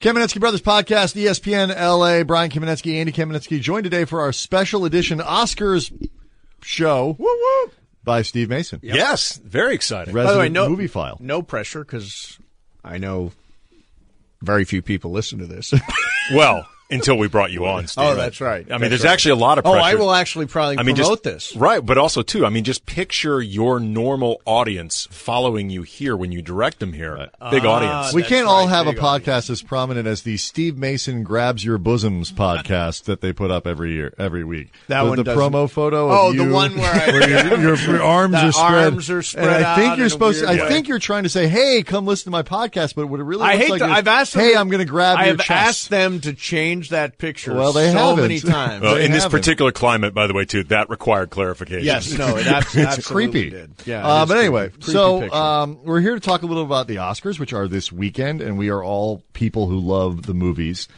Kamenetsky Brothers Podcast, E ESPN LA. Brian Kamenetsky, Andy Kamenetsky, joined today for our special edition Oscars show Woo woo. by Steve Mason. Yes, very exciting. Resident By the way, no, movie file. No pressure because I know very few people listen to this. well, until we brought you on, Steve. Oh, that's right. I mean, That's there's right. actually a lot of oh, pressure. I will actually probably I mean, promote just, this. Right, but also too, I mean, just picture your normal audience following you here when you direct them here. Ah, Big audience. we that's can't all right, have a big podcast as prominent as the Steve Mason grabs your bosoms podcast that they put up every year, every week. That the, one the doesn't- promo photo. of Oh, the you- one where I- your, your, your arms The are spread. arms are spread And I think out you're in a supposed. To, weird I way. think you're trying to say, "Hey, come listen to my podcast." But what it really I looks hate. like to, is, I've asked. "Hey, them, I'm going to grab I your have chest." asked them to change that picture. Well, they so haven't. many times. Well, They Uh, in this haven't. particular climate, by the way, too, that required clarification. yes, no, it abs- it's absolutely creepy. Did. Yeah, Uh, it is but creepy. anyway, Creepy so picture. um, we're here to talk a little about the Oscars, which are this weekend, and we are all people who love the movies.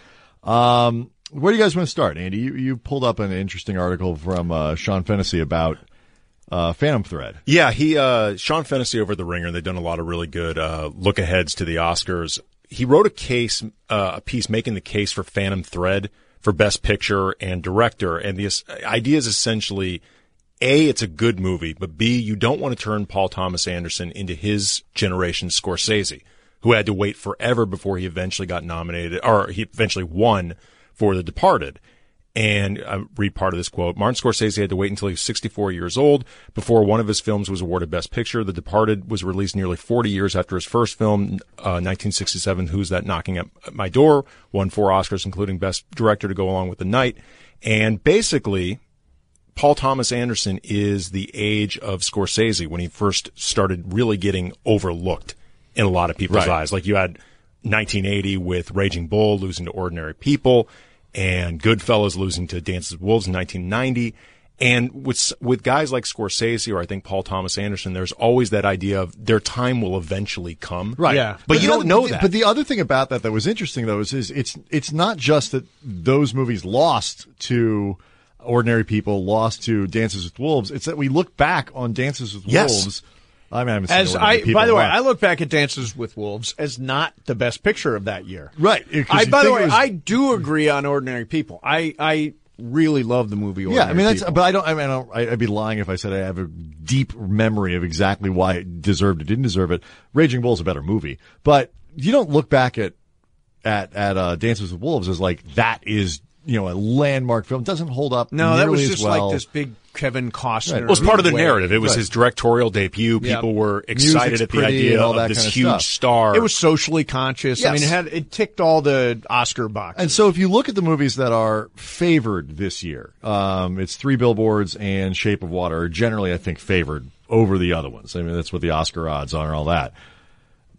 Um, where do you guys want to start, Andy? You, you pulled up an interesting article from uh, Sean Fennessy about uh, Phantom Thread. Yeah, he uh, Sean Fennessy over at the Ringer. They've done a lot of really good uh, look aheads to the Oscars. He wrote a case, uh, a piece making the case for Phantom Thread for Best Picture and Director, and the es- idea is essentially. A, it's a good movie, but B, you don't want to turn Paul Thomas Anderson into his generation Scorsese, who had to wait forever before he eventually got nominated, or he eventually won for The Departed. And I read part of this quote. Martin Scorsese had to wait until he was 64 years old before one of his films was awarded Best Picture. The Departed was released nearly 40 years after his first film, uh, 1967, Who's That Knocking at My Door, won four Oscars, including Best Director to go along with the night. And basically, Paul Thomas Anderson is the age of Scorsese when he first started really getting overlooked in a lot of people's Right. eyes. Like you had 1980 with Raging Bull losing to Ordinary People and Goodfellas losing to Dances with Wolves in 1990. And with, with guys like Scorsese or I think Paul Thomas Anderson, there's always that idea of their time will eventually come. Right. Yeah. But the you don't other- know but the- that. But the other thing about that that was interesting though is, is it's it's not just that those movies lost to ordinary people, lost to Dances with Wolves. It's that we look back on Dances with Yes. Wolves. I mean, I haven't seen As Ordinary I, people by the in a way, while. I look back at Dances with Wolves as not the best picture of that year. Right, yeah, 'cause I, you by the think it way, was- I do agree on Ordinary People. I, I really love the movie. Ordinary Yeah, I mean that's, People. but I don't. I mean, I don't, I- I'd be lying if I said I have a deep memory of exactly why it deserved it, didn't deserve it. Raging Bull's a better movie, but you don't look back at at at uh, Dances with Wolves as like that is you know a landmark film. It doesn't hold up. No, that nearly was as just well. like this big Kevin Costner. Right. Well, it's part of the way. narrative. It was Right. his directorial debut. Yeah. People were excited Music's at the pretty idea and all that of this kind of huge stuff. star. It was socially conscious. I mean, it Yes. had it ticked all the Oscar boxes. And so, if you look at the movies that are favored this year, um, it's Three Billboards and Shape of Water are generally, I think, favored over the other ones. I mean, that's what the Oscar odds are and all that.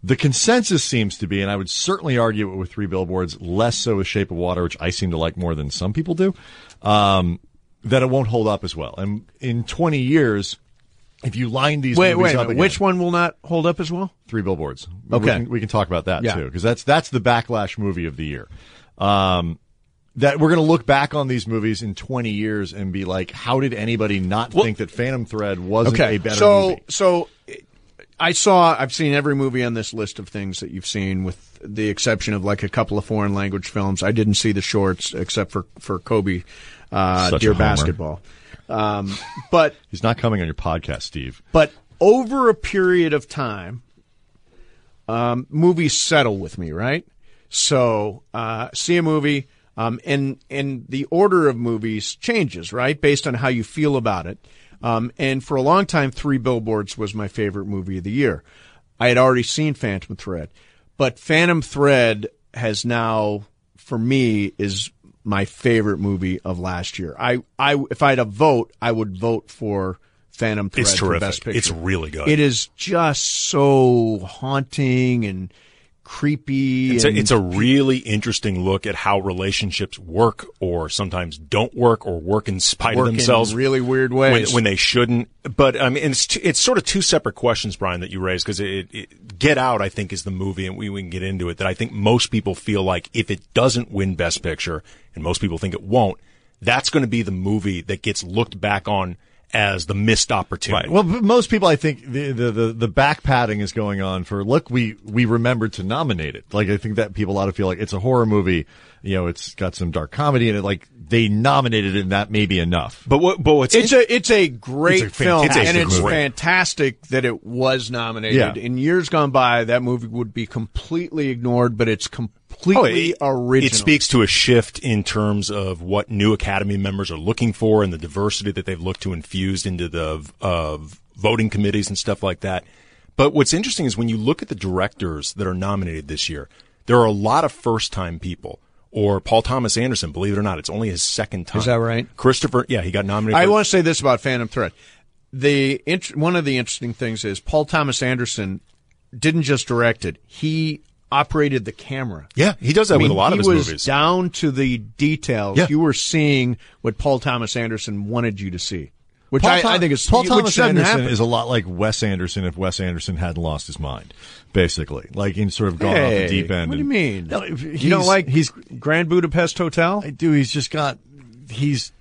The consensus seems to be, and I would certainly argue it with Three Billboards, less so with Shape of Water, which I seem to like more than some people do, um, that it won't hold up as well. And in 20 years, if you line these wait, movies wait, a up minute. again- which one will not hold up as well? Three Billboards. we Okay. can, we can talk about that Yeah. too because that's that's the backlash movie of the year. Um, that we're going to look back on these movies in 20 years and be like, how did anybody not think that Phantom Thread wasn't a better so, movie? So I saw, I've seen every movie on this list of things that you've seen, with the exception of like a couple of foreign language films. I didn't see the shorts except for, for Kobe, uh, Such a Dear homer. Basketball. Um, but, He's not coming on your podcast, Steve. but over a period of time, um, movies settle with me, right? So, uh, see a movie, um, and, and the order of movies changes, right? Based on how you feel about it. Um, and for a long time, Three Billboards was my favorite movie of the year. I had already seen Phantom Thread, but Phantom Thread has now, for me, is my favorite movie of last year. I, I, if I had a vote, I would vote for Phantom Thread It's for terrific. Best Picture. It's really good. It is just so haunting and creepy. It's a, and it's a really interesting look at how relationships work or sometimes don't work or work in spite work of themselves in really weird when, ways. when they shouldn't. But I mean, it's, two, it's sort of two separate questions, Brian, that you raised because it, it, Get Out, I think, is the movie and we, we can get into it that I think most people feel like if it doesn't win Best Picture and most people think it won't, that's going to be the movie that gets looked back on as the missed opportunity. Well, but most people, I think the, the the the back patting is going on for look. We we remembered to nominate it. Like I think that people ought to feel like it's a horror movie. You know, it's got some dark comedy in it. Like they nominated it, and that may be enough. But what? But what's It's a it's a great It's a film, fantastic and it's movie. fantastic that it was nominated. Yeah. In years gone by, that movie would be completely ignored, but it's completely original. Oh, It speaks to a shift in terms of what new Academy members are looking for and the diversity that they've looked to infused into the of voting committees and stuff like that. But what's interesting is when you look at the directors that are nominated this year, there are a lot of first time people. Or Paul Thomas Anderson, believe it or not, it's only his second time. Is that right? Christopher, yeah, he got nominated. I for- want to say this about Phantom Thread. The int- one of the interesting things is Paul Thomas Anderson didn't just direct it; he operated the camera. yeah, he does that I mean, with a lot he of his was movies. down to the details. Yeah. You were seeing what Paul Thomas Anderson wanted you to see, which Paul I, Thom- I think is Paul which Thomas doesn't Anderson happen. is a lot like Wes Anderson if Wes Anderson hadn't lost his mind, basically. Like he's sort of gone Hey, off the deep end. What do you and- mean? No, if- you don't he's- like he's he's Grand Budapest Hotel? I do. He's just got he's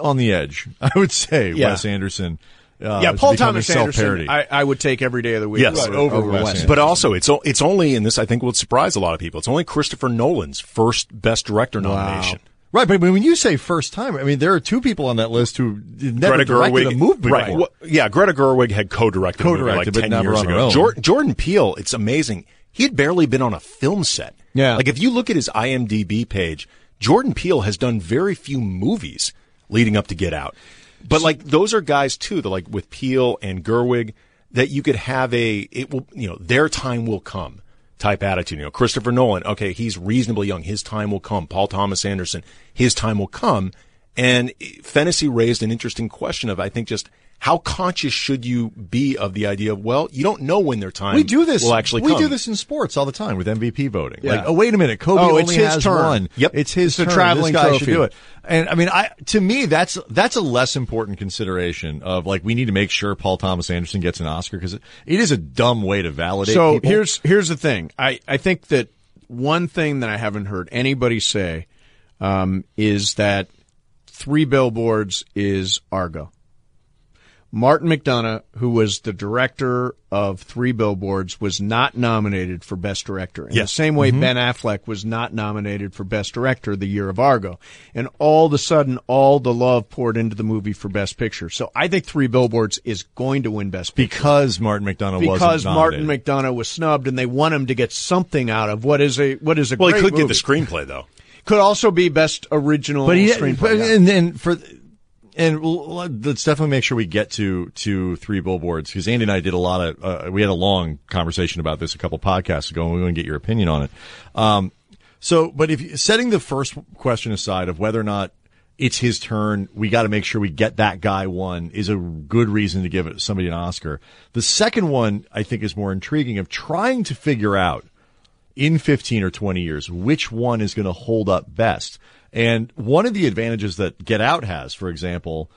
on the edge. I would say Yeah. Wes Anderson. Uh, yeah, to Paul become Thomas a Anderson. self-parody. I, I would take every day of the week. Yes, over, over over Wes Wes. Anderson. But also, it's o- it's only, and this I think will surprise a lot of people. It's only Christopher Nolan's first Best Director nomination. Right, but when you say first time, I mean there are two people on that list who never Greta directed Gerwig a movie before. Right. Well, yeah, Greta Gerwig had co-directed, a movie Co-directed, but like ten never years on her ago. own. Jor- Jordan Peele, it's amazing. He had barely been on a film set. Yeah. Like if you look at his IMDb page, Jordan Peele has done very few movies leading up to Get Out. But like those are guys too that like with Peele and Gerwig that you could have a it will you know their time will come type attitude. You know Christopher Nolan, okay, he's reasonably young, his time will come. Paul Thomas Anderson, his time will come. And Fennessy raised an interesting question of, I think, just how conscious should you be of the idea of, well, you don't know when their time we do this. will actually we come. do this in sports all the time with MVP voting. Yeah. Like, oh wait a minute, Kobe Oh, only it's his has turn. one. Yep. it's his a turn. traveling this guy trophy. should do it. And I mean, I to me that's that's a less important consideration of like we need to make sure Paul Thomas Anderson gets an Oscar because it, it is a dumb way to validate. So people. here's here's the thing. I I think that one thing that I haven't heard anybody say um, is that three billboards is Argo. Martin McDonough, who was the director of Three Billboards, was not nominated for Best Director. In the Yes. same way, Ben Affleck was not nominated for Best Director the year of Argo. And all of a sudden, all the love poured into the movie for Best Picture. So I think Three Billboards is going to win Best Picture because Martin McDonough because wasn't Martin nominated. McDonough was snubbed, and they want him to get something out of what is a what is a well, he great could get movie. the screenplay though. could also be best original but he screenplay. but- yeah. and then for and we'll- let's definitely make sure we get to to three billboards because Andy and I did a lot of uh, we had a long conversation about this a couple podcasts ago and we want to get your opinion on it. Um, so, but if you- setting the first question aside of whether or not it's his turn, we got to make sure we get that guy one is a good reason to give it somebody an Oscar. The second one I think is more intriguing of trying to figure out in 15 or 20 years, which one is going to hold up best? And one of the advantages that Get Out has, for example,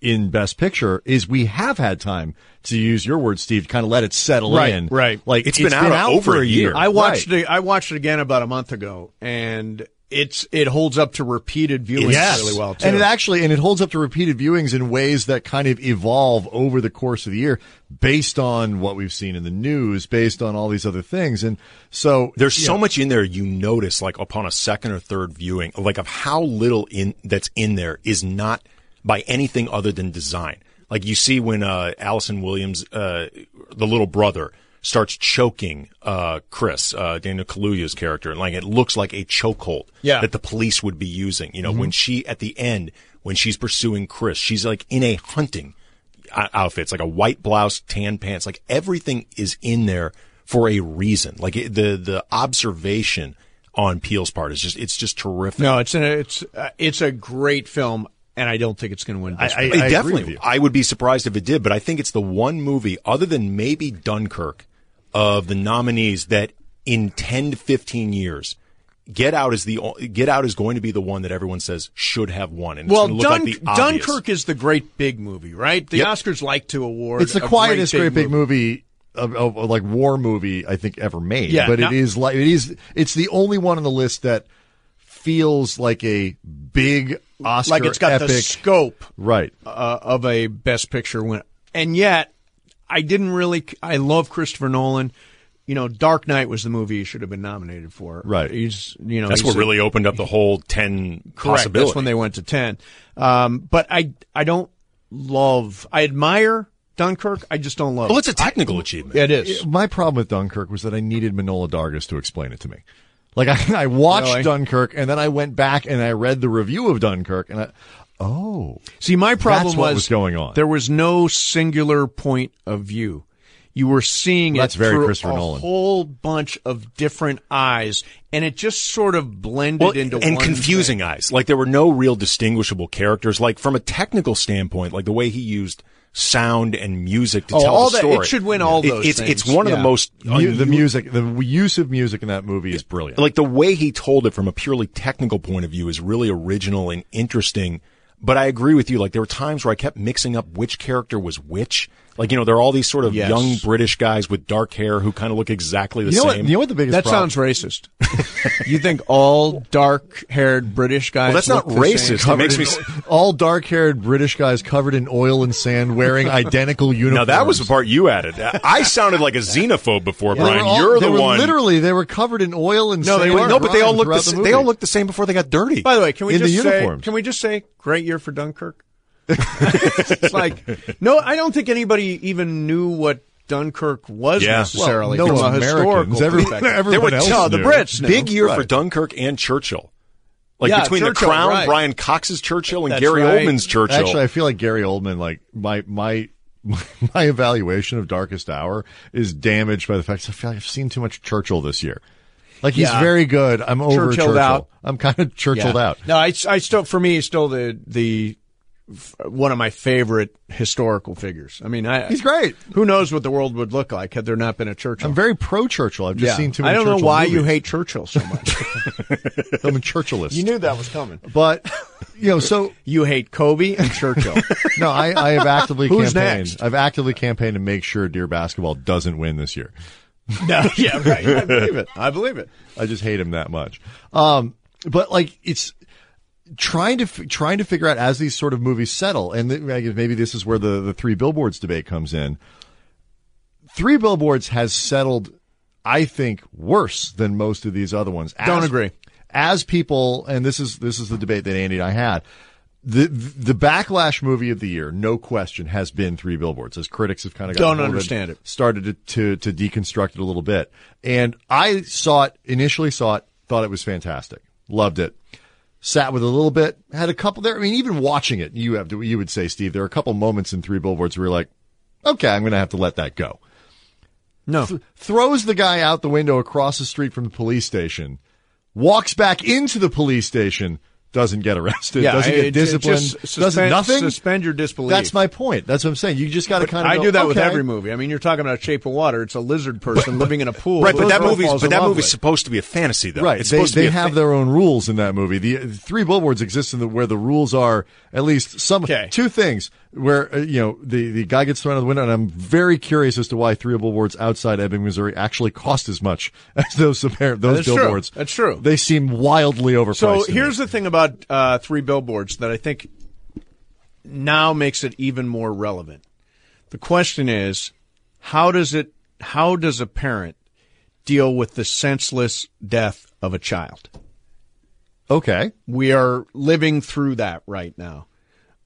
in Best Picture is we have had time to use your word, Steve, to kind of let it settle Right, in. right. Like It's been out over for a year. I watched Right. it. I watched it again about a month ago, and it's it holds up to repeated viewings Yes. really well too. And it actually and it holds up to repeated viewings in ways that kind of evolve over the course of the year based on what we've seen in the news, based on all these other things. And so There's so much in there you notice, like upon a second or third viewing, like of how little in that's in there is not by anything other than design. Like you see when uh, Allison Williams, uh, the little brother, starts choking uh, Chris, uh, Daniel Kaluuya's character, and like it looks like a chokehold Yeah. that the police would be using. You know, when she at the end when she's pursuing Chris, she's like in a hunting o- outfits, like a white blouse, tan pants, like everything is in there for a reason. Like it, the the observation on Peel's part is just it's just terrific. no, it's a it's uh, it's a great film, and I don't think it's going to win. Best I- It agree definitely. with you. I would be surprised if it did, but I think it's the one movie other than maybe Dunkirk of the nominees that in 10 to 15 years Get Out is the o- Get Out is going to be the one that everyone says should have won, and it's well, going to look like Dunk, the obvious. Dunkirk is the great big movie, right? The Yep. Oscars like to award. It's the a quietest great big, movie. movie, of, of, of, like war movie I think ever made. Yeah, but no- it is like it is. It's the only one on the list that feels like a big Oscar like it's got epic. the scope right. uh, of a Best Picture win. And yet, I didn't really. I love Christopher Nolan. You know, Dark Knight was the movie he should have been nominated for. Right. He's you know That's he's what a- really opened up the whole ten correct. possibility. That's when they went to ten. Um, but I I don't love. I admire Dunkirk. I just don't love. well, it's it. a technical achievement. it is. My problem with Dunkirk was that I needed Manola Dargis to explain it to me. Like I, I watched Really? Dunkirk and then I went back and I read the review of Dunkirk and I, oh, See, my problem That's what was going on. There was no singular point of view. You were seeing That's it very through Christopher a Nolan. whole bunch of different eyes, and it just sort of blended Well, into and one confusing eyes. Like there were no real distinguishable characters. Like from a technical standpoint, like the way he used sound and music to Oh, tell all the that- it story. should win all It- those It's it's things. one of Yeah. the most Mu- the music, the use of music in that movie is brilliant. Oh, like the way he told it from a purely technical point of view is really original and interesting. But I agree with you. Like there were times where I kept mixing up which character was which. Like you know, there are all these sort of Yes. young British guys with dark hair who kind of look exactly the you know same. what? You know what the biggest That problem? sounds racist. you think all dark-haired British guys? that's not look the same? racist. It makes me. s- all dark-haired British guys covered in oil and sand, wearing identical Now uniforms. that was the part you added. I I sounded like a xenophobe before, They were Brian. all- You're they the were one. Literally, they were covered in oil and no, sand. they were, no, but they all looked the, throughout same. movie. They all looked the same before they got dirty. By the way, can we In the just say? uniforms. Can we just say great year for Dunkirk? it's like no, I don't think anybody even knew what Dunkirk was Yeah. necessarily Well, Oh, no from a Americans. historical Every- perspective. every- there were everyone else no, knew. the Brits. knew. Big year for Right. Dunkirk and Churchill. Like Yeah, between the Churchill, Crown, right. Brian Cox's Churchill, and That's Gary right. Oldman's Churchill. Actually, I feel like Gary Oldman. Like my my my evaluation of Darkest Hour is damaged by the fact that I feel like I've seen too much Churchill this year. Like he's Yeah. very good. I'm over Churchilled Churchill. out. I'm kind of Churchilled Yeah. out. No, I, I still for me it's still the the f- one of my favorite historical figures. I mean, I He's great. Who knows what the world would look like had there not been a Churchill? I'm very pro Churchill. I've just Yeah. seen too I many. don't know Churchill why you movies. hate Churchill so much. I'm a Churchillist. you knew that was coming. but you know, so You hate Kobe and Churchill. no, I, I have actively Who's campaigned. next? I've actively campaigned to make sure Deer Basketball doesn't win this year. no, yeah, right. I believe it. I believe it. I just hate him that much. Um, but like it's trying to f- trying to figure out as these sort of movies settle, and th- I guess maybe this is where the the three billboards debate comes in. Three billboards has settled, I think, worse than most of these other ones. As- Don't agree. As people, and this is this is the debate that Andy and I had. The the backlash movie of the year, no question, has been Three Billboards. As critics have kind of gotten Don't hold of understand it. started to, to to deconstruct it a little bit. And I saw it initially saw it, thought it was fantastic, loved it. Sat with it a little bit, had a couple there. I mean, even watching it, you have to, you would say, Steve, there are a couple moments in Three Billboards where you're like, okay, I'm going to have to let that go. No. Throws the guy out the window across the street from the police station, walks back into the police station, doesn't get arrested, doesn't it- get it disciplined, just doesn't suspend- nothing. Suspend your disbelief. That's my point. That's what I'm saying. You just got to kind of. I do that with okay. every movie. I mean, you're talking about Shape of Water. It's a lizard person living in a pool. right, but Those that girl movie's falls but in that love movie's with. supposed to be a fantasy though. Right. It's they supposed to they be a have fa- their own rules in that movie. The uh, three billboards exist in the where the rules are at least some Okay. two things where uh, you know the the guy gets thrown out of the window and I'm very curious as to why three billboards outside Ebbing, Missouri actually cost as much as those apparent those That's true. billboards. That's true. They seem wildly overpriced. So to me. here's the thing about uh, Three Billboards that I think now makes it even more relevant. The question is, how does it? How does a parent deal with the senseless death of a child? okay. We are living through that right now,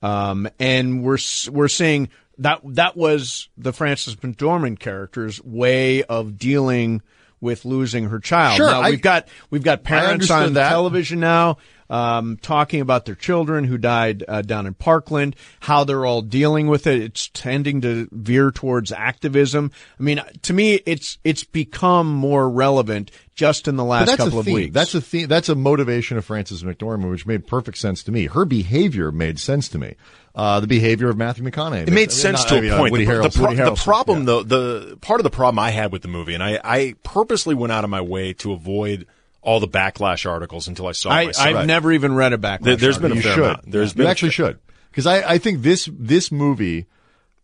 um, and we're s- we're seeing that that was the Frances McDormand character's way of dealing with losing her child. Sure, now, I- we've got we've got parents understood on that. television now um, talking about their children who died uh, down in Parkland, how they're all dealing with it. It's tending to veer towards activism. I mean, to me, it's it's become more relevant just in the But last that's couple a of theme. weeks. That's a theme. That's a motivation of Frances McDormand, which made perfect sense to me. Her behavior made sense to me. Uh, the behavior of Matthew McConaughey. uh, it made sense to a point. Woody but Harrelson. the, pro- Woody the Harrelson. problem, though, the part of the problem I had with the movie, and I, I purposely went out of my way to avoid all the backlash articles until I saw it I, myself. I've never even read a backlash. There- there's been article. a You fair should. amount. There's you been a actually should because I, I think this this movie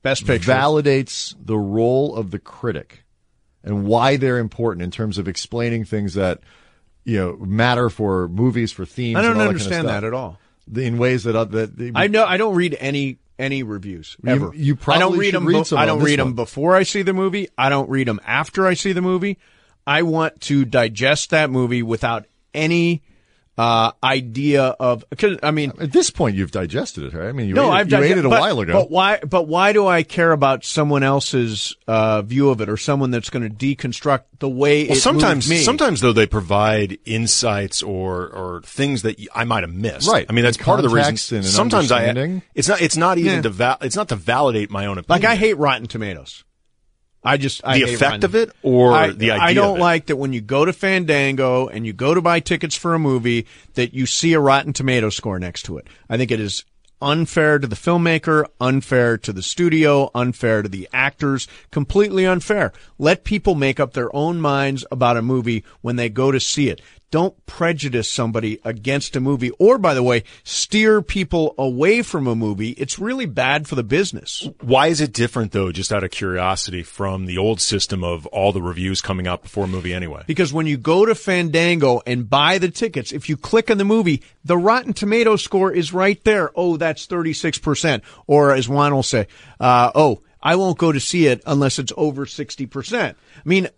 best picture. validates the role of the critic and why they're important in terms of explaining things that you know matter for movies for themes. I and don't all understand that, that at all. all. In ways that uh, that, that I know I don't read any any reviews ever. you I don't probably read should them. read be- some I on don't this read them one. before I see the movie. I don't read them after I see the movie. I want to digest that movie without any uh, idea of. Cause, I mean, at this point you've digested it. Right? I mean, you no, ate, I've you digest- ate it a but- while ago. But why? But why do I care about someone else's uh, view of it or someone that's going to deconstruct the way it Well, moved sometimes, me? sometimes though they provide insights or or things that y- I might have missed. Right. I mean, that's And part of the context reason. and an sometimes I understanding. it's not it's not even Yeah. to val- it's not to validate my own opinion. like I hate Rotten Tomatoes. I just I the hate effect Rotten- of it or I, the idea. I don't of it. like that when you go to Fandango and you go to buy tickets for a movie that you see a Rotten Tomato score next to it. I think it is unfair to the filmmaker, unfair to the studio, unfair to the actors, completely unfair. Let people make up their own minds about a movie when they go to see it. Don't prejudice somebody against a movie or by the way, steer people away from a movie. It's really bad for the business. Why is it different though? Just out of curiosity, from the old system of all the reviews coming out before a movie anyway. Because when you go to Fandango and buy the tickets, if you click on the movie, the Rotten Tomato score is right there. Oh, that's 36%. Or as Juan will say, uh, oh, I won't go to see it unless it's over 60%. I mean,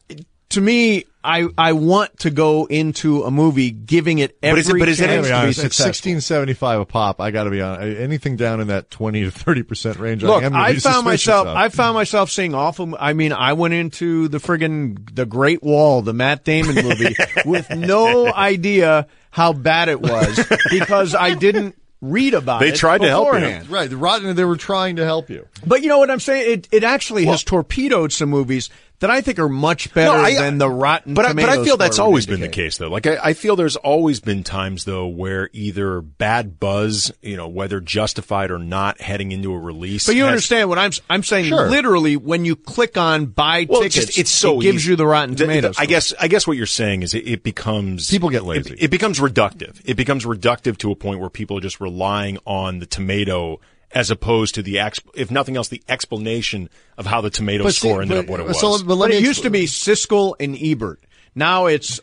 to me, I, I want to go into a movie giving it every is it- but is it- Gotta chance be to be honest, it's successful. sixteen seventy five a pop. I got to be honest. Anything down in that twenty to thirty percent range, Look, I am. I found myself. Of. I found myself seeing awful. I mean, I went into the friggin' the Great Wall, the Matt Damon movie, with no idea how bad it was because I didn't read about They it. tried to help you. beforehand. Right, the rotten. They were trying to help you. but you know what I'm saying? It it actually has torpedoed some movies that I think are much better I- than the Rotten. But I, but Tomatoes I feel that's score would always been the indicate. case, though. Like I, I feel there's always been times though where either bad buzz, you know, whether justified or not, heading into a release. But you has- understand what I'm s- I'm saying? Sure. Literally, when you click on buy Well, tickets, just, it's so it gives easy. you the Rotten Th- th- Tomatoes. I guess I guess what you're saying is it, it becomes People get it- lazy. It, becomes reductive. It becomes reductive to a point where people are just relying on the tomato as opposed to the ex, if nothing else, the explanation of how the tomato score ended up what it was. So, but let but me it used to be Siskel and Ebert. Now it's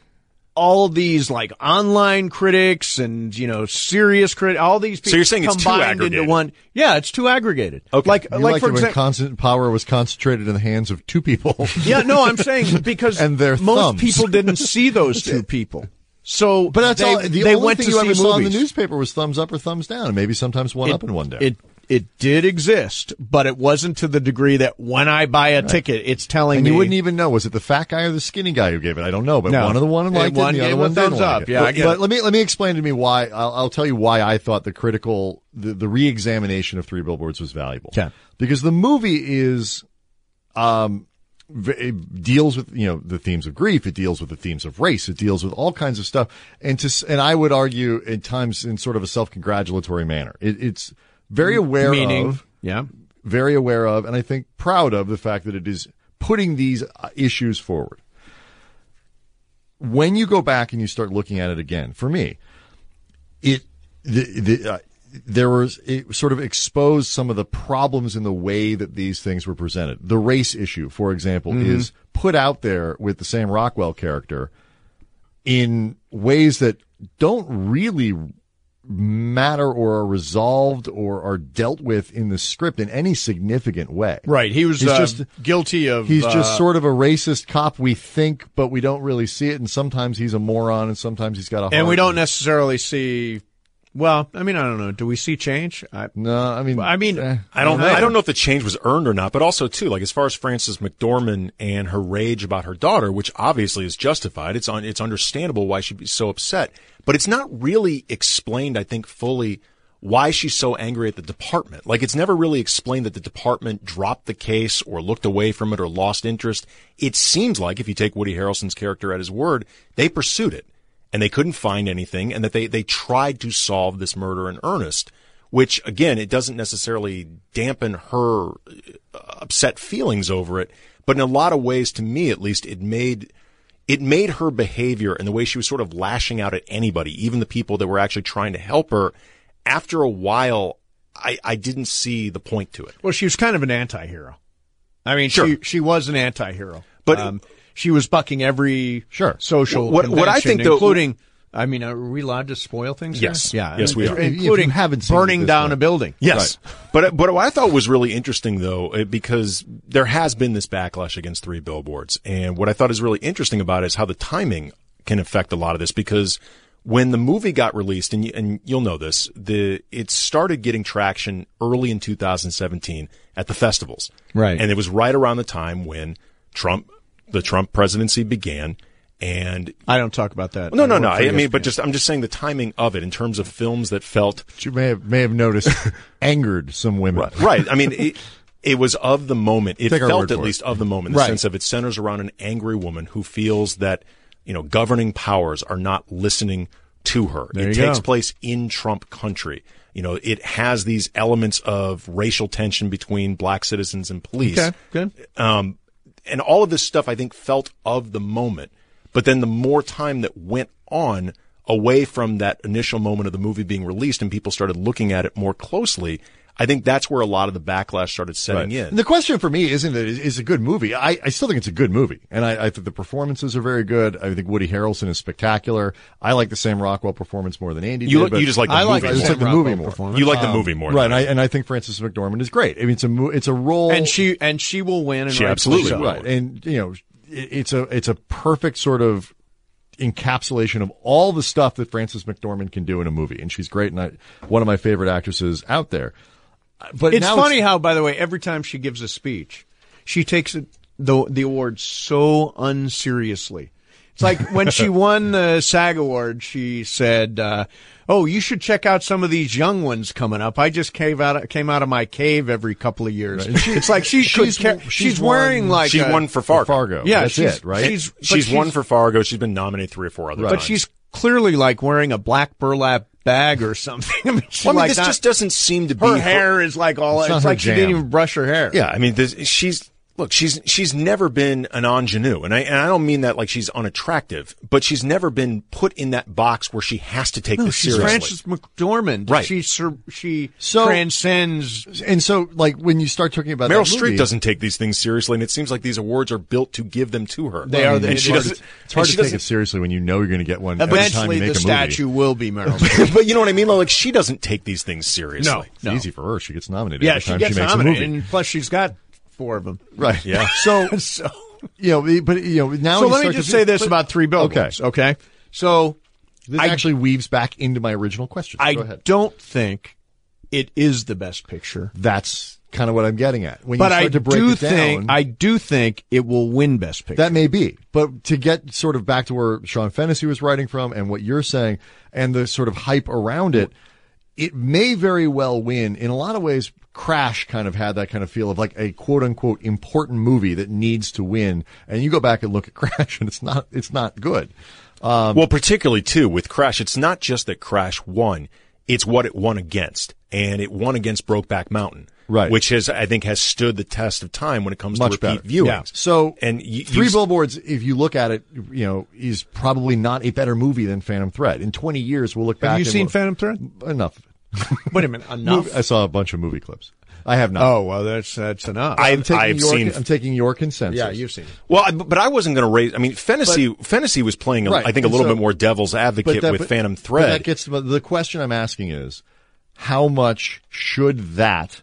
all these like online critics and you know serious crit. All these people. you're saying it's too combined into aggregated. one. Yeah, it's too aggregated. Okay. Like You like, liked for it when example. constant power was concentrated in the hands of two people. yeah, no, I'm saying because And their most thumbs. people didn't see those two people. So, But that's they, all. The they only went thing to you see ever saw in the movies. newspaper was thumbs up or thumbs down, and maybe sometimes one up and one down. It it did exist, but it wasn't to the degree that when I buy a ticket, it's telling and me you wouldn't even know was it the fat guy or the skinny guy who gave it. I don't know, but No. one of the one And liked it, one and the gave other a one thumbs didn't like up. it. Yeah, I but, get but it. let me let me explain to me why I'll, I'll tell you why I thought the critical the, the re-examination of Three Billboards was valuable. Okay. because the movie is um v- it deals with you know the themes of grief it deals with the themes of race it deals with all kinds of stuff and to s- and i would argue at times in sort of a self-congratulatory manner it, it's very aware meaning. of Yeah, very aware of, and I think proud of the fact that it is putting these uh, issues forward. When you go back and you start looking at it again, for me, it the, the uh, there was it sort of exposed some of the problems in the way that these things were presented. The race issue, for example, is put out there with the Sam Rockwell character in ways that don't really matter or are resolved or are dealt with in the script in any significant way. right. He was He's uh, just- guilty of. He's uh, just sort of a racist cop we think, but we don't really see it. And sometimes he's a moron, and sometimes he's got a. Heart. And we don't necessarily see. Well, I mean, I don't know. Do we see change? I, No, I mean, I mean, eh. I don't. I don't know if the change was earned or not, but also too, like as far as Frances McDormand and her rage about her daughter, which obviously is justified. It's on. It's understandable why she'd be so upset, but it's not really explained. I think fully why she's so angry at the department. Like it's never really explained that the department dropped the case or looked away from it or lost interest. It seems like if you take Woody Harrelson's character at his word, they pursued it and they couldn't find anything and that they, they tried to solve this murder in earnest, which again, it doesn't necessarily dampen her uh, upset feelings over it. But in a lot of ways, to me at least, it made, it made her behavior and the way she was sort of lashing out at anybody, even the people that were actually trying to help her. After a while, I, I didn't see the point to it. well, she was kind of an anti-hero. I mean, Sure. she she was an anti-hero. Um, But- she was bucking every Sure. social What- what I convention, think, though- including. I mean, are we allowed to spoil things? here? Yes. Yeah. Yes, we are. If you Including haven't seen it at burning this down point. a building. Yes. But but what I thought was really interesting though, eh, because there has been this backlash against three billboards, and what I thought is really interesting about it is how the timing can affect a lot of this because when the movie got released, and you, and you'll know this, the it started getting traction early in 2017 at the festivals, Right. And it was right around the time when Trump, the Trump presidency began, and E I don't talk about that. no, no, no. work for I, I mean, ESPN. but just I'm just saying the timing of it in terms of films that felt you may have may have noticed angered some women. Right. right. I mean, it, it was of the moment. It Take our word felt at for it. least of the moment in the Right. sense of it centers around an angry woman who feels that, you know, governing powers are not listening to her. it you takes go. place in Trump country. You know, it has these elements of racial tension between black citizens and police. Okay, good. Um, and all of this stuff, I think, felt of the moment. But then the more time that went on away from that initial moment of the movie being released and people started looking at it more closely, I think that's where a lot of the backlash started setting in. And the question for me isn't it is is a good movie. I, I still think it's a good movie, and I, I think the performances are very good. I think Woody Harrelson is spectacular. I like the Sam Rockwell performance more than Andy. You did, look- but you just like the I like, movie I just more. like the Sam Rockwell movie more. performance. you like the movie more, Right, than and I I, and I think Frances McDormand is great. I mean, it's a mo- it's a role, and she and she will win. And She rightfully absolutely so. will. right, and you know, it, it's a it's a perfect sort of encapsulation of all the stuff that Frances McDormand can do in a movie, and she's great, and I, one of my favorite actresses out there. But It's now funny how, by the way, every time she gives a speech, she takes it, the the award so unseriously. It's like when she won the SAG award, she said, uh, "Oh, you should check out some of these young ones coming up. I just came out came out of my cave every couple of years. It's like she she's she's- could, ca- she's she's won- wearing like she's a- won for Fargo. Fargo. Fargo. Yeah, that's she's- it, right? she's- but she's, won she's- for Fargo. She's been nominated three or four other but times. she's clearly like wearing a black burlap bag or something. I mean, she's Well, I mean, like this not- just doesn't seem to be her her- hair is like all it's, not her like she didn't jam. even brush her hair. Yeah, I mean, this, she's look, she's she's never been an ingenue, and I and I don't mean that like she's unattractive, but she's never been put in that box where she has to take this Oh, She's seriously. Frances McDormand. Right. She sur- she So- transcends. and so like when you start talking about Meryl that movie, Streep doesn't take these things seriously, and it seems like these awards are built to give them to her. They are the- and she it's hard doesn't. It's hard and to she take it doesn't- seriously when you know you're going to get one. every time Eventually, you make the a statue will be Meryl. Streep. but you know what I mean? Like she doesn't take these things seriously. No. Movie. It's easy for her. She gets nominated yeah, every she time gets she makes nominated, a movie. and plus she's got four of them. Right. Yeah. So So, you know, but you know now. so you let me start to just see- say this but about three billboards. Okay. Okay, so This I- actually weaves back into my original question. Go I ahead. don't think it is the best picture, That's kind of what I'm getting at. When but you I start to break do it down, think I do think it will win best picture. That may be. But to get sort of back to where Sean Fennessy was writing from and what you're saying and the sort of hype around it, it may very well win. In a lot of ways, Crash kind of had that kind of feel of like a quote unquote important movie that needs to win. And you go back and look at Crash and it's not, it's not good. well, particularly too with Crash, it's not just that Crash won; it's what it won against, and it won against Brokeback Mountain, Right. Which has, I think, has stood the test of time when it comes Much to better. repeat viewings. Yeah. So and you, Three you- Billboards, if you look at it, you know, is probably not a better movie than Phantom Thread. In 20 years, we'll look back Have you and seen we'll- Phantom Thread? Enough of it. Wait a minute, enough. I saw a bunch of movie clips. I have not. Oh well, that's that's enough. I- Uh, I'm taking I've your, seen- I'm taking your consensus. yeah, you've seen. It. Well, I, but I wasn't going to raise. I mean, Fennessy Fennessy was playing, a- Right, I think, a and little so- bit more devil's advocate that- with Phantom but Thread. that gets the question I'm asking is how much should that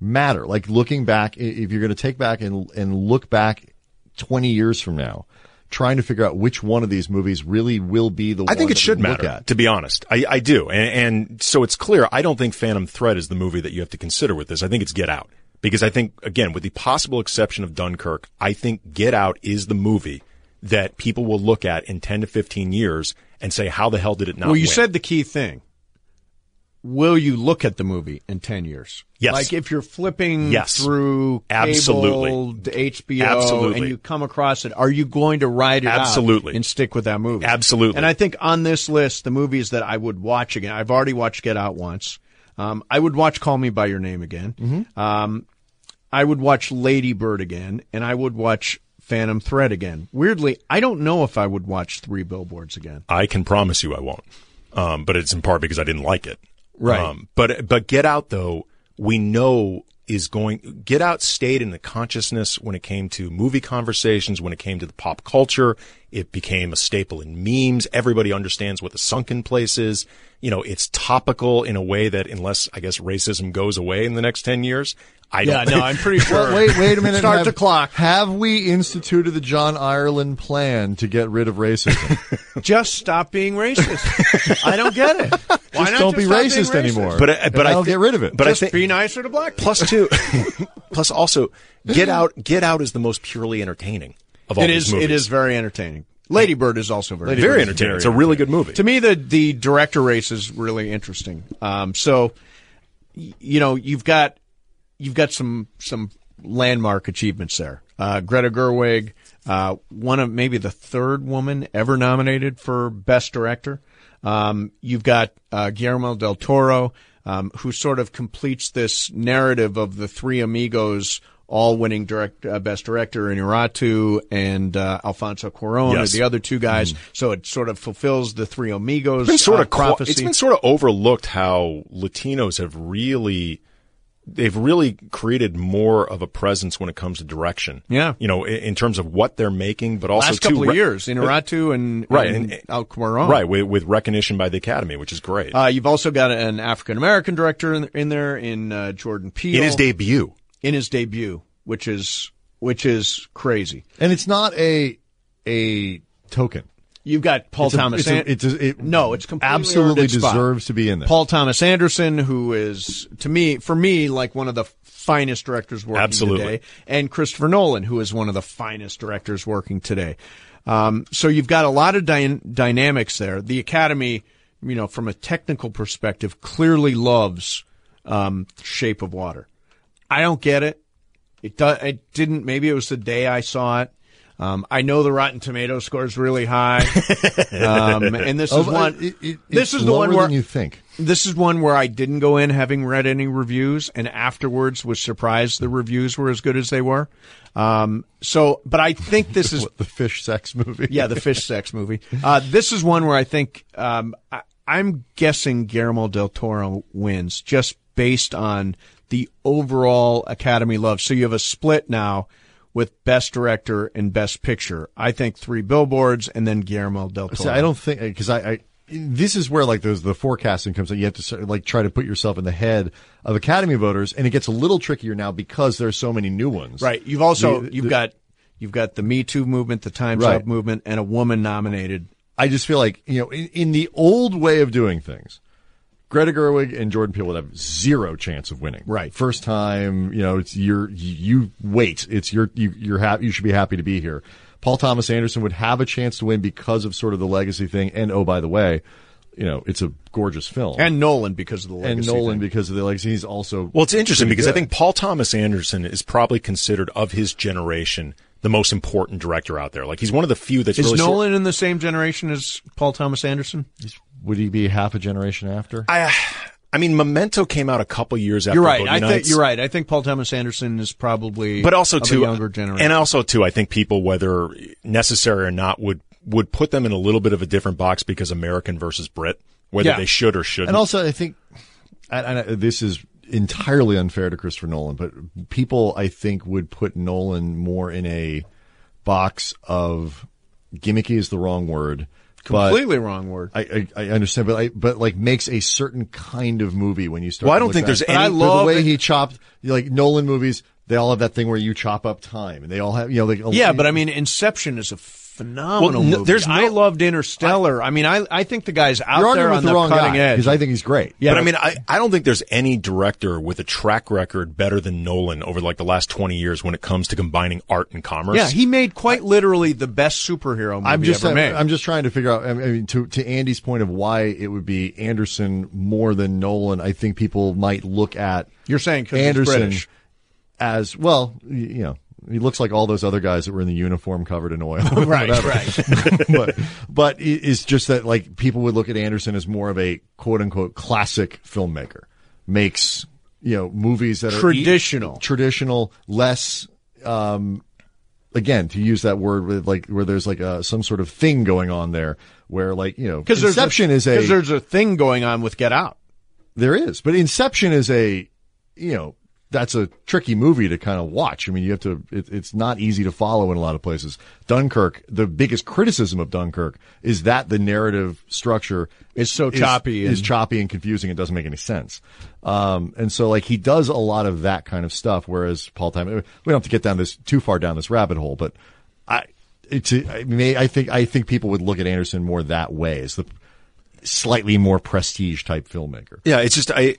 matter? Like looking back, i- if you're going to take back and and look back 20 years from now, trying to figure out which one of these movies really will be the I one think it that should we look matter, at. to be honest. I, I do. And, and so it's clear, I don't think Phantom Thread is the movie that you have to consider with this. I think it's Get Out. Because I think, again, with the possible exception of Dunkirk, I think Get Out is the movie that people will look at in 10 to 15 years and say, how the hell did it not Well, you win? said the key thing. Will you look at the movie in 10 years? Yes. Like if you're flipping Yes. through cable Absolutely. to HBO Absolutely. and you come across it, are you going to ride it out Absolutely. and stick with that movie? Absolutely. And I think on this list, the movies that I would watch again, I've already watched Get Out once. Um, I would watch Call Me by Your Name again. Mm-hmm. Um, I would watch Lady Bird again, and I would watch Phantom Thread again. Weirdly, I don't know if I would watch Three Billboards again. I can promise you I won't. Um, but it's in part because I didn't like it. Right. but but Get Out though, we know is going Get Out stayed in the consciousness when it came to movie conversations, when it came to the pop culture. It became a staple in memes. Everybody understands what the sunken place is. You know, it's topical in a way that unless I guess racism goes away in the next 10 years, I Yeah, don't no, I'm pretty Well, sure. wait, wait a minute. Start have, the clock. Have we instituted the John Ireland plan to get rid of racism? Just stop being racist. I don't get it. Why Just not don't be stop being racist anymore. But I- And but I that'll thi- get rid of it. but I Just think- be nicer to black people. Plus two. plus also Get Out Get Out is the most purely entertaining of all It these is. movies. It is very entertaining. Lady Bird is also very very entertaining. it's a really good movie. To me, the the director race is really interesting. Um, so, y- you know, you've got you've got some some landmark achievements there. Uh, Greta Gerwig, uh, one of maybe the third woman ever nominated for best director. Um, you've got uh, Guillermo del Toro, um, who sort of completes this narrative of the three amigos. All winning direct, uh, best director in Iratu and uh, Alfonso Cuarón Yes. are the other two guys. So it sort of fulfills the three amigos been sort uh, of qua- prophecy. it's been sort of overlooked how Latinos have really they've really created more of a presence when it comes to direction. Yeah. you know, in, in terms of what they're making, but also last couple too, of re- years in Iratu and Right, and, and- Al Cuarón. right? With, with recognition by the Academy, which is great. Uh, you've also got an African American director in, in there in uh, Jordan Peele in his debut, in his debut, which is which is crazy. and it's not a a token. You've got Paul It's a- Thomas. it's a- An- it's a- it no, it's completely absolutely earned its spot. deserves to be in there. Paul Thomas Anderson, who is to me, for me, like one of the finest directors working Absolutely. today, and Christopher Nolan, who is one of the finest directors working today. Um, so you've got a lot of dy- dynamics there. The Academy, you know, from a technical perspective, clearly loves um, Shape of Water. I don't get it. It do, it didn't. Maybe it was the day I saw it. Um, I know the Rotten Tomato score is really high, um, and this is Oh, one. it- it- this it's is the one lower where than you think. this is one where I didn't go in having read any reviews, and afterwards was surprised the reviews were as good as they were. Um, so, but I think this is What, the fish sex movie. yeah, the fish sex movie. Uh, this is one where I think um, I, I'm guessing Guillermo del Toro wins just based on the overall Academy love. So you have a split now with Best Director and Best Picture. I think Three Billboards and then Guillermo del Toro. See, I don't think because I, I this is where like those the forecasting comes in. You have to sort of, like try to put yourself in the head of Academy voters, and it gets a little trickier now because there's so many new ones. Right. You've also The- you've the- got you've got the Me Too movement, the Times Right. Up movement, and a woman nominated. I just feel like you know in, in the old way of doing things. Greta Gerwig and Jordan Peele would have zero chance of winning. Right. first time. You know, it's your you, you wait. It's your you, you're happy. You should be happy to be here. Paul Thomas Anderson would have a chance to win because of sort of the legacy thing. And oh, by the way, you know, it's a gorgeous film. And Nolan because of the legacy. and Nolan thing. because of the legacy. He's also Well, it's interesting pretty because I good. think Paul Thomas Anderson is probably considered of his generation the most important director out there. Like he's one of the few that's Is really Nolan in the same generation as Paul Thomas Anderson? would he be half a generation after? I, I mean, Memento came out a couple years after. You're right. Boogie I think Nights. you're right. I think Paul Thomas Anderson is probably but also of a too younger generation. and also too i think people whether necessary or not would would put them in a little bit of a different box because american versus brit whether Yeah. they should or shouldn't and also, I think and, and this is entirely unfair to Christopher Nolan, but people I think would put Nolan more in a box of gimmicky is the wrong word. but completely wrong word. I, I, I understand, but I, but like makes a certain kind of movie when you start. Well, I to don't look think there's back. any- But the love way it. he chopped like Nolan movies. They all have that thing where you chop up time, and they all have you know. Like, yeah, but I mean, Inception is a phenomenal Well, n- movie. there's no- I loved Interstellar. I, mean, I I think the guy's out you're arguing there with on the, the, wrong cutting guy edge. because I think he's great. Yeah, but I mean, I, I don't think there's any director with a track record better than Nolan over like the last 20 years when it comes to combining art and commerce. yeah, he made quite literally the best superhero movie I'm just ever I'm, made. I'm just trying to figure out. I mean, to to Andy's point of why it would be Anderson more than Nolan. I think people might look at You're saying 'cause he's Anderson British. as well. y- You know, he looks like all those other guys that were in the uniform covered in oil. right, right. but but it- it's just that like people would look at Anderson as more of a quote unquote classic filmmaker. Makes you know movies that are Traditional. traditional, less um, again to use that word with like where there's like a some sort of thing going on there where like you know Because inception is a because there's a thing going on with Get Out. there is but inception is a you know that's a tricky movie to kind of watch. I mean, you have to. It, it's not easy to follow in a lot of places. Dunkirk. The biggest criticism of Dunkirk is that the narrative structure It's so choppy Is, and- is choppy and confusing. It doesn't make any sense. Um, and so like he does a lot of that kind of stuff. Whereas Paul Time, we don't have to get down this too far down this rabbit hole, but I, it's, I may, I think, I think people would look at Anderson more that way as the slightly more prestige type filmmaker. Yeah, it's just I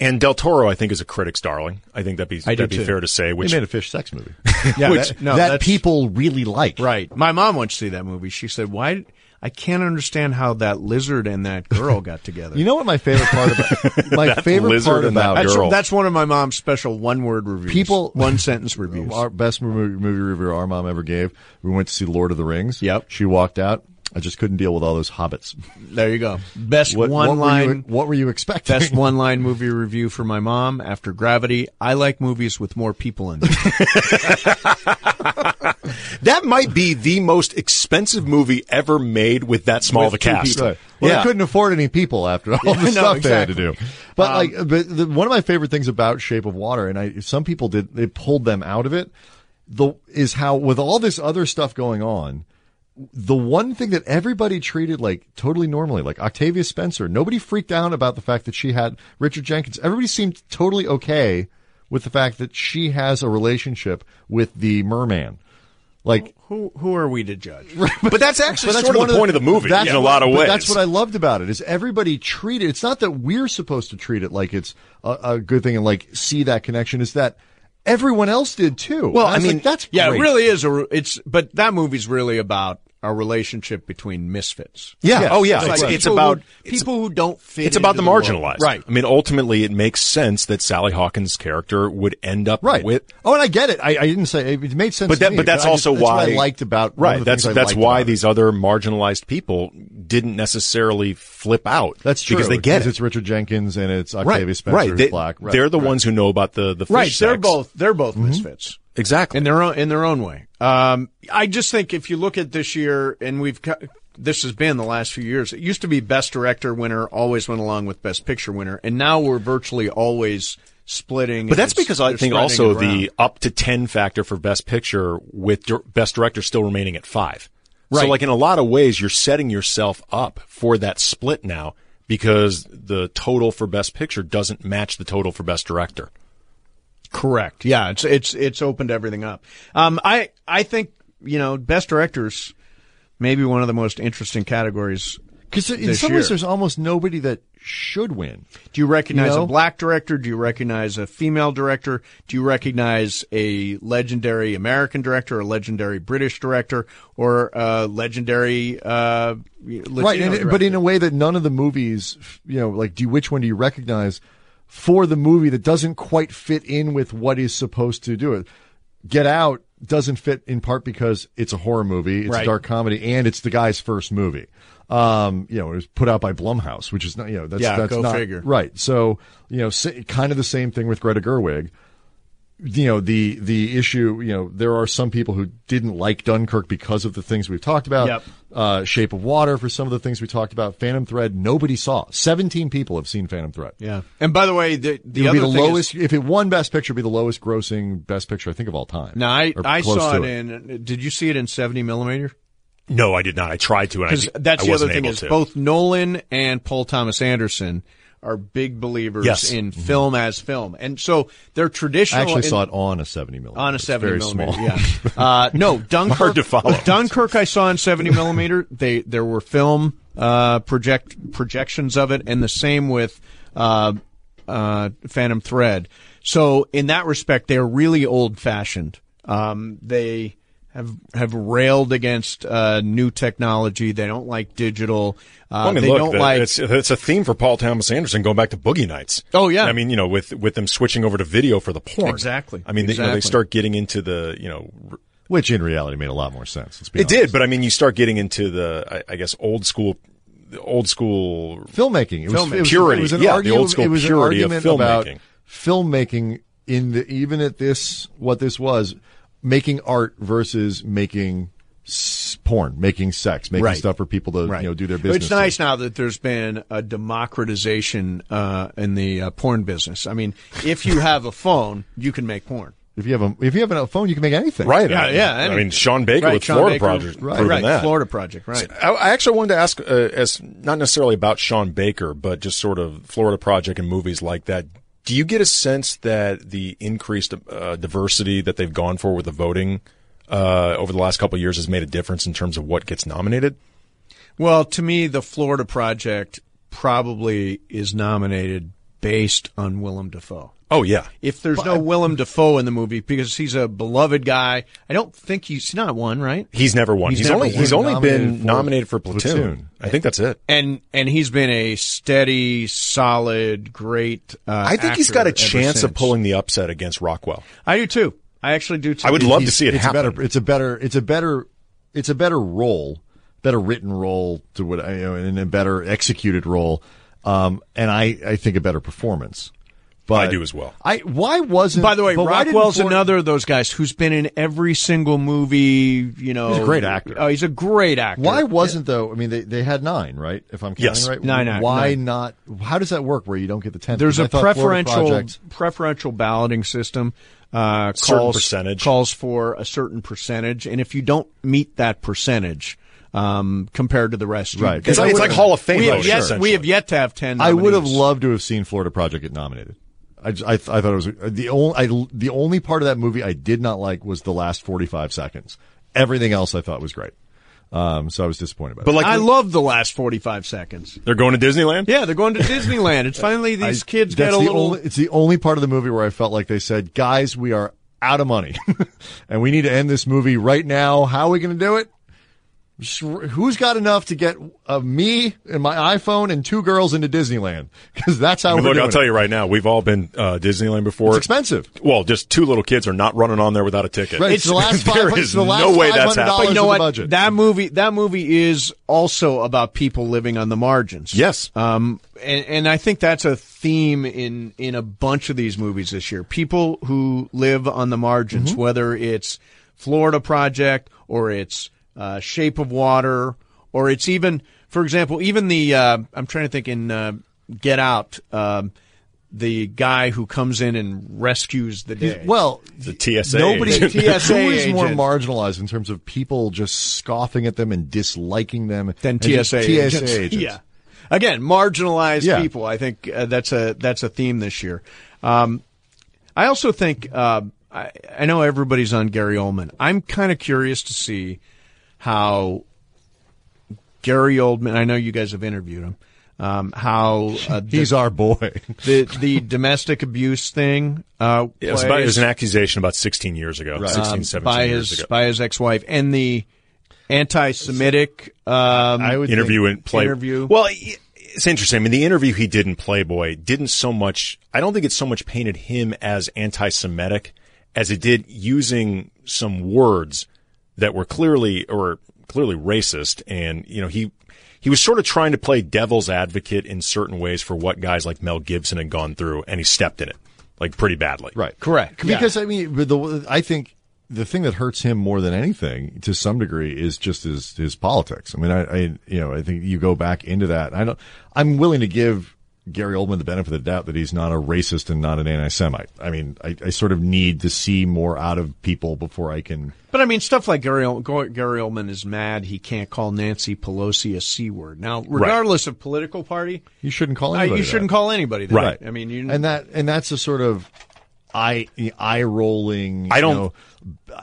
and Del Toro I think is a critic's darling. I think that'd be I do that'd be too. fair to say. Which He made a fish sex movie Yeah, Which- that, no, that that's- people really like. Right. My mom went to see that movie. She said, "Why? I can't understand how that lizard and that girl got together." You know what my favorite part about my favorite lizard part and that about that's, girl. that's one of my mom's special one-word reviews. People- one sentence reviews. our best movie, movie review our mom ever gave. We went to see Lord of the Rings. Yep. She walked out. I just couldn't deal with all those hobbits. There you go. Best What, what one-line. Were you, what were you expecting? Best one line movie review for my mom after Gravity. I like movies with more people in them. that might be the most expensive movie ever made with that small of a With two cast. people. Right. Well, yeah. they couldn't afford any people after all the no, stuff they had to exactly. do. But like, but the, one of my favorite things about Shape of Water, and I, some people did, they pulled them out of it. The is how with all this other stuff going on, the one thing that everybody treated like totally normally, like Octavia Spencer, nobody freaked out about the fact that she had Richard Jenkins. Everybody seemed totally okay with the fact that she has a relationship with the merman. Like who who are we to judge? But that's but actually that's sort of one the point of the movie that's in a what- lot of but ways. That's what I loved about it is everybody treated. It's not that we're supposed to treat it like it's a, a good thing and like see that connection. It's that everyone else did too. Well, I mean, that's Yeah, great. it really is a. It's but that movie's really about a relationship between misfits. Yeah. Oh, yeah. It's, like It's- it's people about- who, people who don't fit. it's about the into world. marginalized. right? I mean, ultimately, it makes sense that Sally Hawkins' character would end up Right. with. oh, and I get it. I, I didn't say it made sense. But to that, me, but that's I just- also that's why what I liked about one right. of the that's things I that's liked why about it. these other marginalized people didn't necessarily flip out. That's true because they get it. It's Richard Jenkins and it's Octavia Right, Spencer right. who's They, black. Right. They're the ones who know about the the fish Right. They're sex. Mm-hmm. both. They're both misfits. exactly. in their own in their own way. Um, I just think if you look at this year, and we've got, this has been the last few years. It used to be best director winner always went along with best picture winner, and now we're virtually always splitting. But that's because I think also the up to 10 factor for best picture with dir- best director still remaining at five. So Right. like in a lot of ways, you're setting yourself up for that split now because the total for best picture doesn't match the total for best director. correct. Yeah, it's it's it's opened everything up. Um, I I think you know best directors may be one of the most interesting categories. because in this some year. ways there's almost nobody that should win. Do you recognize You know? a black director? Do you recognize a female director? Do you recognize a legendary American director, a legendary British director, or a legendary uh, Latino right, and, director? but in a way that none of the movies, you know, like, do you, which one do you recognize for the movie that doesn't quite fit in with what is supposed to do it? Get Out doesn't fit in part because it's a horror movie, it's a Right. dark comedy, and it's the guy's first movie. Um, you know, it was put out by Blumhouse, which is not, you know, that's Yeah, that's go not figure. right. So you know, sa- kind of the same thing with Greta Gerwig you know the the issue you know there are some people who didn't like dunkirk because of the things we've talked about Yep. uh, shape of water for some of the things we talked about phantom thread nobody saw 17 people have seen phantom thread yeah. And by the way, the it the would be other the thing is- lowest if it won best picture it'd be the lowest grossing best picture i think of all time now I Or I close saw to it in. Did you see it in seventy millimeter? No, I did not. I tried to. And I, Because di- that's I the other wasn't thing able is to. both Nolan and Paul Thomas Anderson are big believers Yes. in film as film, and so they're Mm-hmm. i traditional. actually in- saw it on a 70 millimeter on a It's 70 very millimeter. small. Yeah. Uh, no, Dunkirk. Hard to follow. Dunkirk, I saw in 70 millimeter. They there were film uh, project projections of it, and the same with uh, uh, Phantom Thread. So in that respect, they're really old fashioned. Um, they have have railed against uh, new technology. They don't like digital. Uh, Well, I mean, they look, don't the- like it's, it's a theme for Paul Thomas Anderson going back to Boogie Nights. Oh, yeah. I mean, you know, with with them switching over to video for the porn. Exactly. I mean, they, you know, they Exactly. start getting into the you know. r- which in reality made a lot more sense let's be It did, honest. but I mean, you start getting into the, I, I guess, old school, the old school. filmmaking. It was, Filmmaking. It was, Purity. It was an Yeah, the argument, old school it was an purity of argument about filmmaking. filmmaking in the even at this what this was making art versus making s- porn, making sex, making Right. stuff for people to you know do their business. It's nice now that there's been a democratization uh, in the uh, porn business. I mean, if you have a phone, you can make porn. If you have a if you have a phone, you can make anything. Right. Yeah, I, yeah, I mean, anything. Sean Baker Right, with Sean Florida Baker, Project right, proven right, that. Florida project, right? I, I actually wanted to ask, uh, as not necessarily about Sean Baker, but just sort of Florida Project and movies like that. Do you get a sense that the increased uh, diversity that they've gone for with the voting uh, over the last couple of years has made a difference in terms of what gets nominated? Well, to me, the Florida project probably is nominated based on Willem Dafoe. Oh yeah, If there's no Willem Dafoe in the movie because he's a beloved guy, I don't think he's he's not one, right? he's never won. He's, never only won. he's only Nominated been for nominated for Platoon. Platoon. I think that's it. And and he's been a steady, solid, great. Uh, I think he's got a actor ever chance of since. pulling the upset against Rockwell. I do too. I actually do too. I would love to He's- see it it's happen. A better, it's a better, it's a better, it's a better role, better written role to what I- you know, and a better executed role, um, and I, I think a better performance. But I do as well. I why wasn't By the way, but why didn't Rockwell's Florida- another of those guys who's been in every single movie. You know, he's a great actor. Oh, he's a great actor. Why wasn't though? I mean, they, they had nine, right? If I'm counting Yes. right, Nine, nine, Why not? How does that work? Where you don't get the ten? There's a I thought Florida preferential Project- preferential balloting system. Uh, Certain calls, percentage. calls for a certain percentage, and if you don't meet that percentage, um, compared to the rest, you- Right. It's like, it's like Hall of Fame. we have, voting, yet, we have essentially. yet to have ten. I would have nominees. loved to have seen Florida Project get nominated. I, just, I, th- I thought it was the only I, the only part of that movie I did not like was the last forty five seconds. Everything else I thought was great. Um, so I was disappointed by But that. like I love the last forty five seconds. they're going to Disneyland. Yeah, they're going to Disneyland. It's finally these I- kids that's get a the little. Only, it's the only part of the movie where I felt like they said, "Guys, we are out of money, and we need to end this movie right now. How are we going to do it? Just- Who's got enough to get uh, me and my iPhone and two girls into Disneyland? Because that's how I mean, we're look, doing I'll tell it. you right now, we've all been uh, Disneyland before. It's expensive. Well, just two little kids are not running on there without a ticket. Right, it's the last there five- is it's the last no way $500 that's happening. But you know of the what? budget. That movie, that movie is also about people living on the margins. Yes. Um, and, and I think that's a theme in, in a bunch of these movies this year. People who live on the margins, Mm-hmm. whether it's Florida Project or it's, uh, Shape of Water or it's even, for example, even the, uh, I'm trying to think in, uh, Get Out, um, the guy who comes in and rescues the day. Well, The TSA. Nobody agent. TSA who is more agent. marginalized in terms of people just scoffing at them and disliking them than and just TSA TSA agents. agents. Yeah, again, marginalized Yeah. people. I think uh, that's a that's a theme this year. Um, I also think uh, I, I know everybody's on Gary Oldman. I'm kind of curious to see how Gary Oldman. I know you guys have interviewed him. Um, how uh, the, He's our boy. the the domestic abuse thing uh, It was, about, it was plays um, an accusation about 16 years ago, 16, 17 Um, by years his ago. by his ex wife and the anti-Semitic um, I would interview think- and play. Interview. Well, i- it's interesting. I mean, the interview he did in Playboy didn't so much. I don't think it so much painted him as anti-Semitic as it did using some words that were clearly or clearly racist. And you know, he he was sort of trying to play devil's advocate in certain ways for what guys like Mel Gibson had gone through, and he stepped in it like pretty badly. Right. Correct. Because I mean, but the, I think the thing that hurts him more than anything, to some degree, is just his his politics. I mean, I, I you know, I think you go back into that. I don't. I'm willing to give Gary Oldman the benefit of the doubt that he's not a racist and not an anti-Semite. I mean, I, I sort of need to see more out of people before I can. But I mean, stuff like Gary, Ol- Go- Gary Oldman is mad he can't call Nancy Pelosi a c word. Now, regardless of political party, You shouldn't call I, anybody. you that. shouldn't call anybody that. Right. I mean, you and that and that's a sort of eye eye rolling. I don't-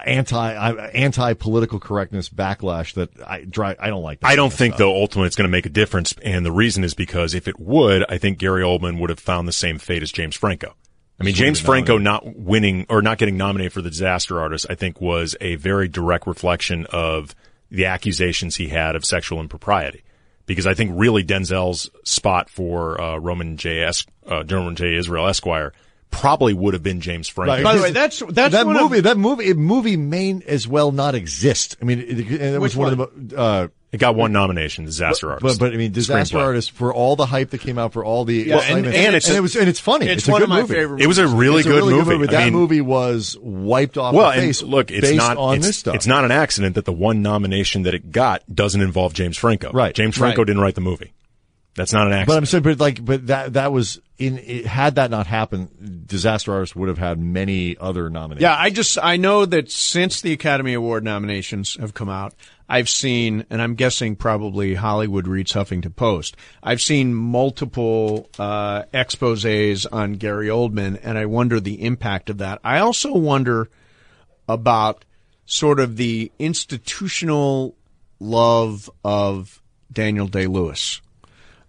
anti anti political correctness backlash that I dry. I don't like. That I kind of don't think stuff. though ultimately it's going to make a difference, and the reason is because if it would, I think Gary Oldman would have found the same fate as James Franco. I mean, James Franco not winning or not getting nominated for the Disaster Artist, I think, was a very direct reflection of the accusations he had of sexual impropriety. Because I think really Denzel's spot for uh, Roman J. Es- uh, Roman J. Israel Esquire probably would have been James Franco. Right. by the way, that's that's that one movie, Of, that movie, it- movie may as well not exist. I mean, it, it- and it was Which one, of the mo- uh, It got one nomination, Disaster But, Artist. but I mean, disaster Screenplay. artist for all the hype that came out for all the and- excitement, and it's- it was and it's funny. It's It's, a one good of my movie. favorite it was a really, It's a good, really movie. but I that mean, movie was wiped off Well, the and face. look, it's based not on it's, this stuff. It's not an accident that the one nomination that it got doesn't involve James Franco. Right. James Franco Right. didn't write the movie. That's not an But accident. I'm saying, but like, but that that was in. It, had that not happened, disaster artist would have had many other nominations. Yeah, I just I know that since the Academy Award nominations have come out, I've seen, and I'm guessing probably Hollywood reads Huffington Post. I've seen multiple uh, exposes on Gary Oldman, and I wonder the impact of that. I also wonder about sort of the institutional love of Daniel Day Lewis.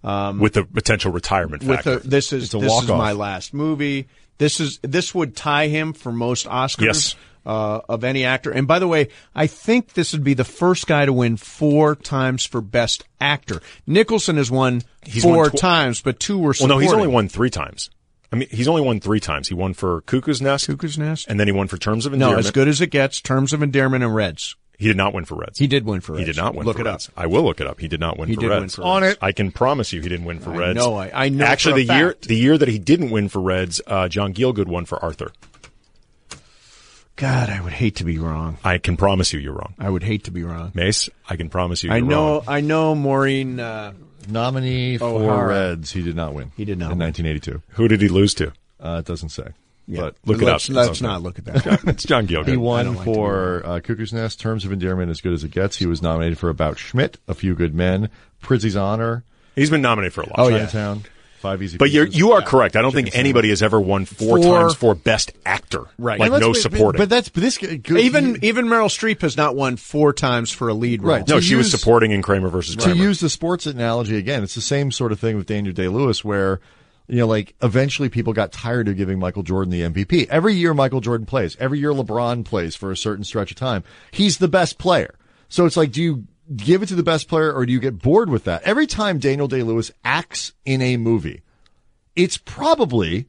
with the potential retirement With factor. a, this is a this is walk-off. my last movie. This is this would tie him for most Oscars Yes. uh, of any actor. And by the way, I think this would be the first guy to win four times for Best Actor. Nicholson has won won four tw- times, but two were well, supporting. no, he's only won three times. I mean, he's only won three times. He won for Cuckoo's Nest, Cuckoo's Nest. and then he won for Terms of no, Endearment. as good as it gets. Terms of Endearment and Reds. He did not win for Reds. He did win for Reds. He did not win. Look for it Reds. up. I will look it up. He did not win He for did win Reds. for On Reds. it. I can promise you, he didn't win for Reds. know, I- I know Actually, for the a year fact. the year that he didn't win for Reds, uh, John Gielgud won for Arthur. God, I would hate to be wrong. I can promise you, you're wrong, I would hate to be wrong. Mace. I can promise you, you're I know. wrong. I know. Maureen. Uh, nominee for O'Hara. Reds, he did not win. He did not in win. 1982. Who did he lose to? Uh, it doesn't say, but Look it let's, up. Let's not look at that. It's John Gielgud. He won for uh, Cuckoo's Nest, Terms of Endearment, As Good as It Gets. He was nominated for About Schmidt, A Few Good Men, Prizzy's Honor, He's been nominated for a lot. Chinatown, Five Easy Oh, But you're, Pieces. you are correct. I don't think anybody has ever won four, Four- times for best actor. Right. Like And let's no be- supporting. But that's but this g- good, even even Meryl Streep has not won four times for a lead role. Right. no, to she was use- supporting in Kramer versus to Kramer. use the sports analogy again, it's the same sort of thing with Daniel Day Lewis, where you know, like eventually people got tired of giving Michael Jordan the MVP. Every year Michael Jordan plays. Every year LeBron plays for a certain stretch of time. He's the best player. So it's like, do you give it to the best player or do you get bored with that? Every time Daniel Day Lewis acts in a movie, it's probably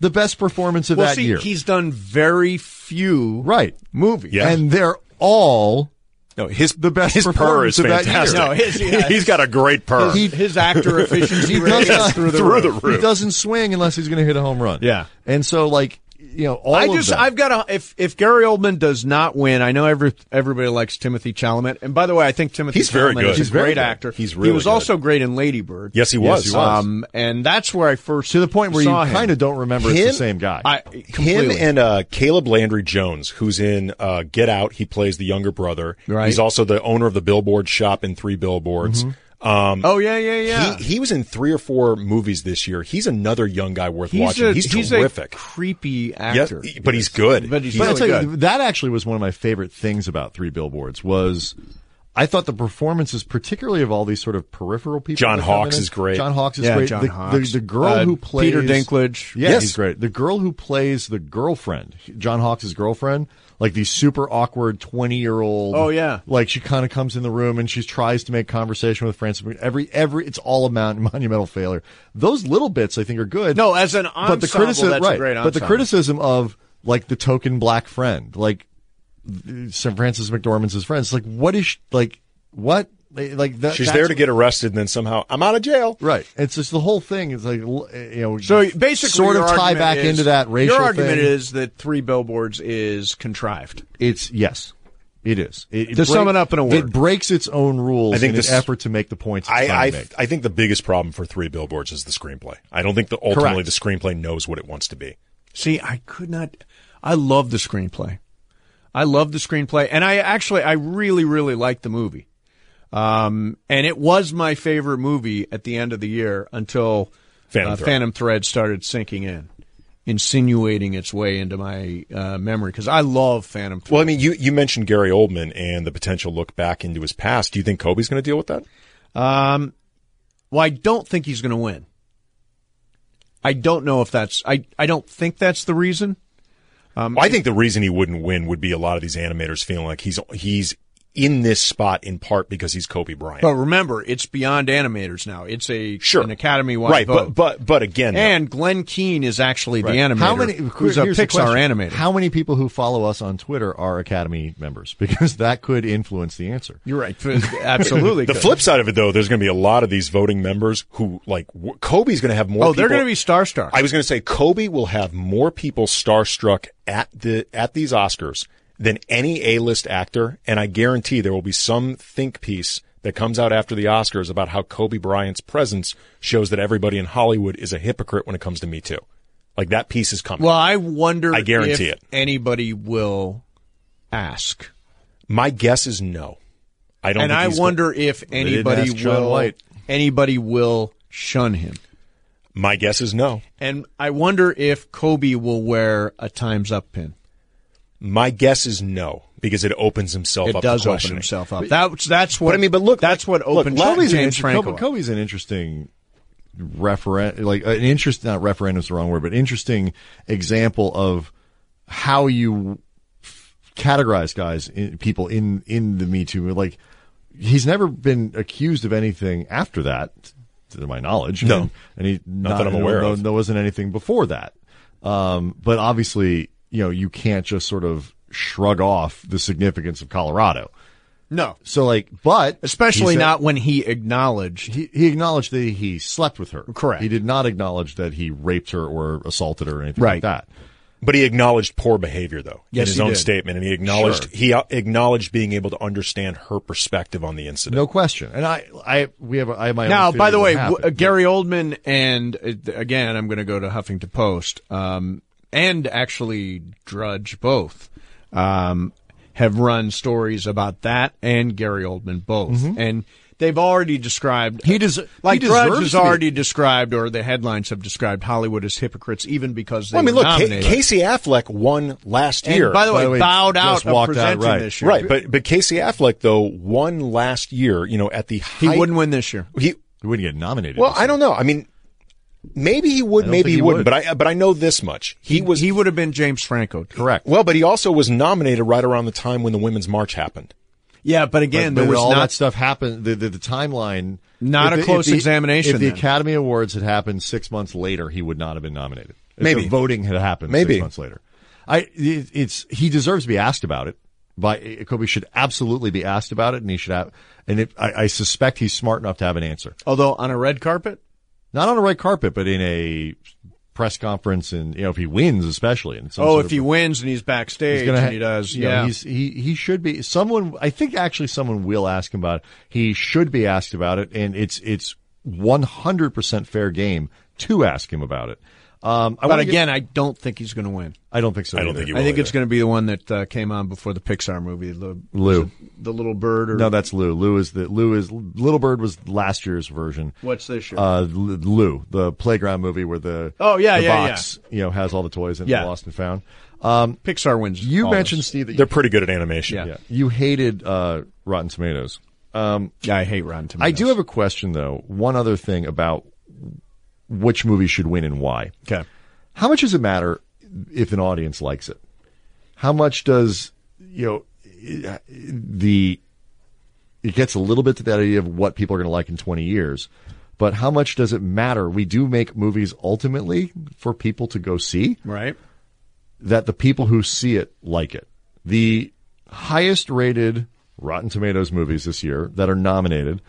the best performance of Well, that see, year. he's done very few right. movies. Yeah. And they're all no, his the best His purr performance is of that year. fantastic. No, his- yeah. he's got a great purr. His, his actor efficiency rate does is through the through roof. the roof. He doesn't swing unless he's going to hit a home run. Yeah. And so, like, you know, all I of just them. I've got a if if Gary Oldman does not win, I know every everybody likes Timothy Chalamet, and by the way, I think Timothy He's very Chalamet good. is He's a very great good. actor. He's he really was good. also great in Lady Bird. yes, he was. Yes, he was. Um, and that's where I first to the point where you saw him. kind of don't remember Him- it's the same guy. I Him completely. and uh, Caleb Landry Jones, who's in uh, Get Out. He plays the younger brother. Right. He's also the owner of the Billboard shop in Three Billboards. Um, oh yeah yeah yeah. He, he was in three or four movies this year. He's another young guy worth watching. a, he's, a terrific. creepy Yes, actor. but he's good. But he's but I'll really tell you, good. that actually was one of my favorite things about Three Billboards was I thought the performances, particularly of all these sort of peripheral people. John that come Hawkes in. is great. John Hawks is Yeah, great. John the, Hawkes. The, the girl Uh, who plays Peter Dinklage. Yeah, Yes. he's great. The girl who plays the girlfriend, John Hawks' girlfriend, like the super awkward twenty year old. Oh, yeah. like she kind of comes in the room and she tries to make conversation with Francis. Mc- Every every, it's all a mount, monumental failure. Those little bits I think are good. No, as an ensemble, but the criticism, that's a right? great but the ensemble. criticism of like the token black friend, like St. Francis McDormand's his friends. Like, what is she, like what like that? She's that's- there to get arrested, and then somehow I'm out of jail. right. It's just the whole thing is like l- you know. So basically, sort your of tie argument back is- into that racial. Your argument thing. is that three billboards is contrived. it's yes. It is. It, it To sum it up in a It word. breaks its own rules I think in this- an effort to make the points. it's trying I, to I, make. I think the biggest problem for Three Billboards is the screenplay. I don't think that ultimately Correct. the screenplay knows what it wants to be. See, I could not. I love the screenplay. I love the screenplay, and I actually, I really, really liked the movie. Um, and it was my favorite movie at the end of the year until Phantom uh, Thread. Phantom Thread started sinking in, insinuating its way into my uh, memory because I love Phantom Thread. Well, I mean, you, you mentioned Gary Oldman and the potential look back into his past. Do you think Kobe's going to deal with that? Um, well, I don't think he's going to win. I don't know if that's I. I don't think that's the reason. Um, I think the reason he wouldn't win would be a lot of these animators feeling like he's he's in this spot in part because he's Kobe Bryant. But remember, it's beyond animators now. It's a Sure. an academy wide right, vote. but but but again, though, and Glenn Keane is actually the animator. How many? Who's a here's the Pixar question. animator? How many people who follow us on Twitter are Academy members? Because that could influence the answer. You're right. Absolutely. The Could. flip side of it, though, there's going to be a lot of these voting members who like w- Kobe's going to have more. Oh, they're people- going to be star star. I was going to say Kobe will have more people starstruck at the at these Oscars than any A-list actor, and I guarantee there will be some think piece that comes out after the Oscars about how Kobe Bryant's presence shows that everybody in Hollywood is a hypocrite when it comes to Me Too. Like that piece is coming. well, I wonder. I guarantee if it. Anybody will ask, My guess is no. I don't. and think I he's go- wonder if didn't anybody ask John will. White. Anybody will shun him. My guess is no. And I wonder if Kobe will wear a times up pin. My guess is no because it opens himself It up. does to open questioning. himself up. That's that's what I mean, but look, that's like- what opened look, Kobe's an James inter- Franco. Kobe- up. Kobe's an interesting referent, like an interest, not referendum is the wrong word, but interesting example of how you categorize guys, in, people in in the Me Too. Like he's never been accused of anything after that, to my knowledge. No. and, and he not, that I'm aware no, of. There wasn't anything before that. Um, but obviously, you know, you can't just sort of shrug off the significance of Colorado. No, So like, but especially he said- not when he acknowledged. he, he acknowledged that he slept with her. Correct. He did not acknowledge that he raped her or assaulted her or anything Right. like that. But he acknowledged poor behavior, though, Yes, in his he own did. statement, and he acknowledged Sure. he uh, acknowledged being able to understand her perspective on the incident. No question. And I, I, we have, I have my Now, own theory by the of way, what w- uh, happened. Gary Oldman and uh, again, I'm going to go to Huffington Post um, and actually Drudge both um, have run stories about that and Gary Oldman both, and they've already described uh, He des- like he Drudge deserves has to be- already described or the headlines have described Hollywood as hypocrites even because they Well, I mean, were look, Ca nominated. Casey Affleck won last and year. by the way, By the way, bowed out just of walked out, presenting right. this year. right? But but Casey Affleck though won last year. You know, at the he height- wouldn't win this year. He he wouldn't get nominated. well, I don't know. I mean, maybe he would, don't maybe think he he wouldn't. would. But I but I know this much: he, was he would have been James Franco. correct. well, but he also was nominated right around the time when the Women's March happened. Yeah, but again, But there was all not that stuff happened. The, the, the timeline, Not if a the- close if the- examination, If the then. Academy Awards had happened six months later, he would not have been nominated. If Maybe. the voting had happened Maybe. six months later. I, it, it's he deserves to be asked about it. By Kobe should absolutely be asked about it, and he should have. And if, I, I suspect he's smart enough to have an answer. Although on a red carpet, not on a red carpet, but in a press conference, and you know if he wins, especially. And oh, if he wins and he's backstage and he does, you know, yeah, he's, he he should be someone. I think actually someone will ask him about it. He should be asked about it, and it's it's one hundred percent fair game to ask him about it. Um, I but wanna get- again, I don't think he's going to win. I don't think so. I don't either. think he I will think either. it's going to be the one that uh, came on before the Pixar movie, the, Lou. the Little Bird, or No, that's Lou. Lou is the Lou is Little Bird was last year's version. what's this year? Uh, L- Lou, the playground movie where the Oh, yeah, the yeah, box you know has all the toys in it, Yeah. lost and found. Um, Pixar wins. you all mentioned this. Steve that you They're pretty good at animation. Yeah. Yeah. You hated uh, Rotten Tomatoes. Um, Yeah, I hate Rotten Tomatoes. I do have a question though. One other thing about which movie should win and why. Okay. How much does it matter if an audience likes it? How much does you know the it gets a little bit to that idea of what people are going to like in 20 years, but how much does it matter? We do make movies ultimately for people to go see right. that the people who see it like it. The highest rated Rotten Tomatoes movies this year that are nominated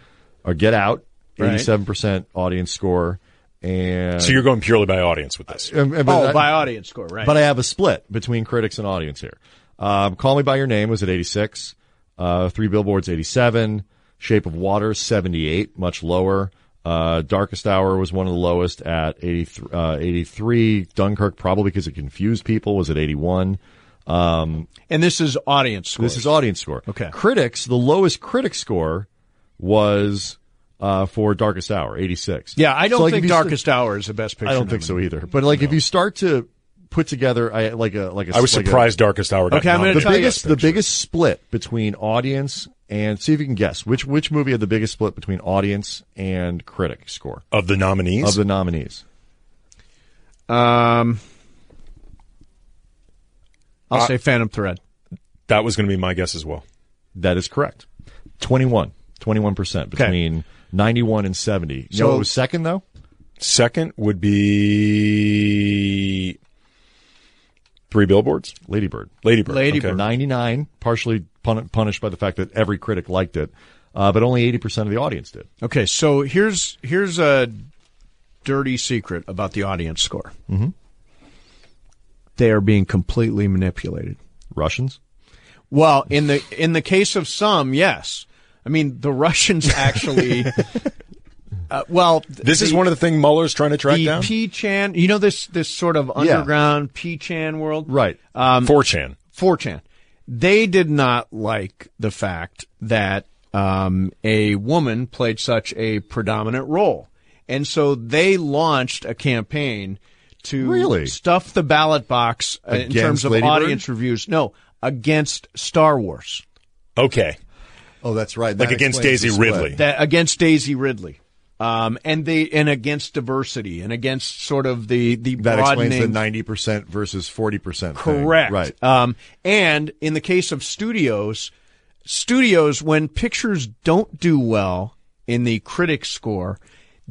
are Get Out, Right. 87% audience score, and. So you're going purely by audience with this. and- and- Oh, but, by audience score, right? but I have a split between critics and audience here. Um, Call Me By Your Name was at 86, uh, Three Billboards, 87, Shape of Water, 78, much lower. Uh, Darkest Hour was one of the lowest at 83, uh, 83. Dunkirk, probably because it confused people, was at 81. and this is audience score. This is audience score. Okay. Critics, the lowest critic score was uh, for Darkest Hour, 86. yeah, I don't So, like, if think you st- Darkest Hour is the best picture. I don't think so either. But like if you start to put together I like a like a I was like a- surprised Darkest Hour. Got Okay, I'm gonna nominated. the tell you- biggest the biggest split between audience and see if you can guess which which movie had the biggest split between audience and critic score of the nominees. of the nominees. nominee. Um, I'll say Phantom Thread. that was going to be my guess as well. That is correct. 21. 21% between 91 and 70. You know So- what was second, though? Second would be three billboards. Ladybird. Ladybird. Ladybird. Okay. 99, partially pun- punished by the fact that every critic liked it, uh, but only 80% of the audience did. Okay, so here's here's a dirty secret about the audience score. Mm-hmm. They are being completely manipulated. Russians? Well, in the in the case of some, yes. I mean, the Russians actually. uh, well, This is one of the things Mueller's trying to track the down. P-chan. You know this this sort of underground P-chan world, Right. Um, 4chan. 4chan. They did not like the fact that um, a woman played such a predominant role. And so they launched a campaign to Really? stuff the ballot box uh, in Against terms of Lady Bird? audience reviews. No, against Star Wars, Okay. oh, that's right. Like against explains the Daisy split. Ridley. that, against Daisy Ridley. Um, and they and against diversity and against sort of the the That explains the broadening 90% versus 40%. thing. Correct. Right. Um, and in the case of studios, studios when pictures don't do well in the critic score,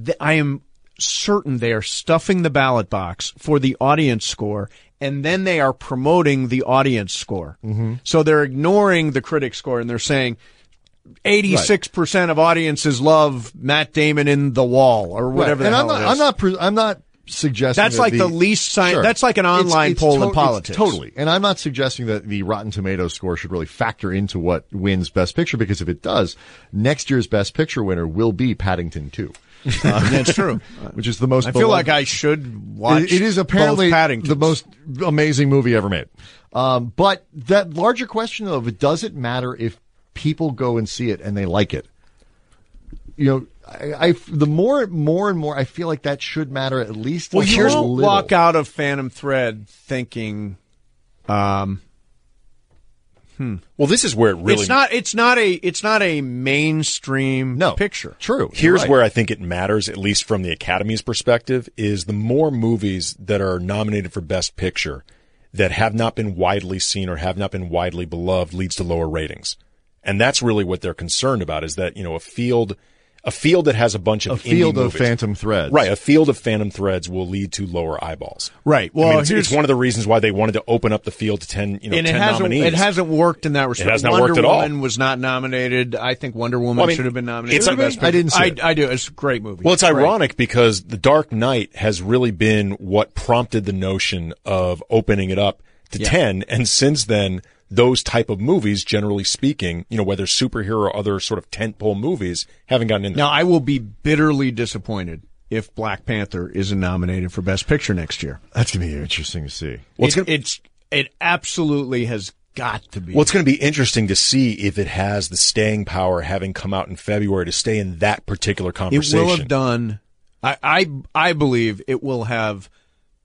th- I am certain they are stuffing the ballot box for the audience score. And then they are promoting the audience score. Mm-hmm. So they're ignoring the critic score and they're saying 86% of audiences love Matt Damon in The Wall or whatever Right. the and hell I'm not, it is. I'm not. Pre- I'm not suggesting That's that like the least sci- that's like an online poll in it's politics. totally. And I'm not suggesting that the Rotten Tomatoes score should really factor into what wins Best Picture because if it does, next year's Best Picture winner will be Paddington Two, That's true. which is the most. I feel beloved- like I should watch. It- it is apparently both Paddingtons. the most amazing movie ever made. Um, but that larger question of does it matter if people go and see it and they like it? You know, I, I the more more and more I feel like that should matter at least. a Well, you won't little. walk out of Phantom Thread thinking um, Well, this is where it really it's not. It's not a. It's not a mainstream no picture. True. You're Here's right. where I think it matters, at least from the Academy's perspective, is the more movies that are nominated for Best Picture that have not been widely seen or have not been widely beloved leads to lower ratings. And that's really what they're concerned about is that, you know, a field, a field that has a bunch of a field indie of movies- phantom threads. Right. A field of phantom threads will lead to lower eyeballs. Right. I Well, mean, it's, here's it's one of the reasons why they wanted to open up the field to 10, you know, and 10 it hasn't. nominees. It hasn't worked in that respect. has not Wonder worked at all. Woman was not nominated. I think Wonder Woman Well, I mean, should have been nominated. it's for a- Best I didn't see Picture. it. I, I do. It's a great movie. Well, it's Great. ironic because The Dark Knight has really been what prompted the notion of opening it up to 10. And since then, those type of movies, generally speaking, you know, whether superhero or other sort of tentpole movies, haven't gotten in there. Now I will be bitterly disappointed if Black Panther isn't nominated for Best Picture next year. That's gonna be interesting to see. What's it, gonna- it's it absolutely has got to be. Well, it's going to be interesting to see if it has the staying power having come out in February to stay in that particular it conversation. will have done. I, I I believe it will have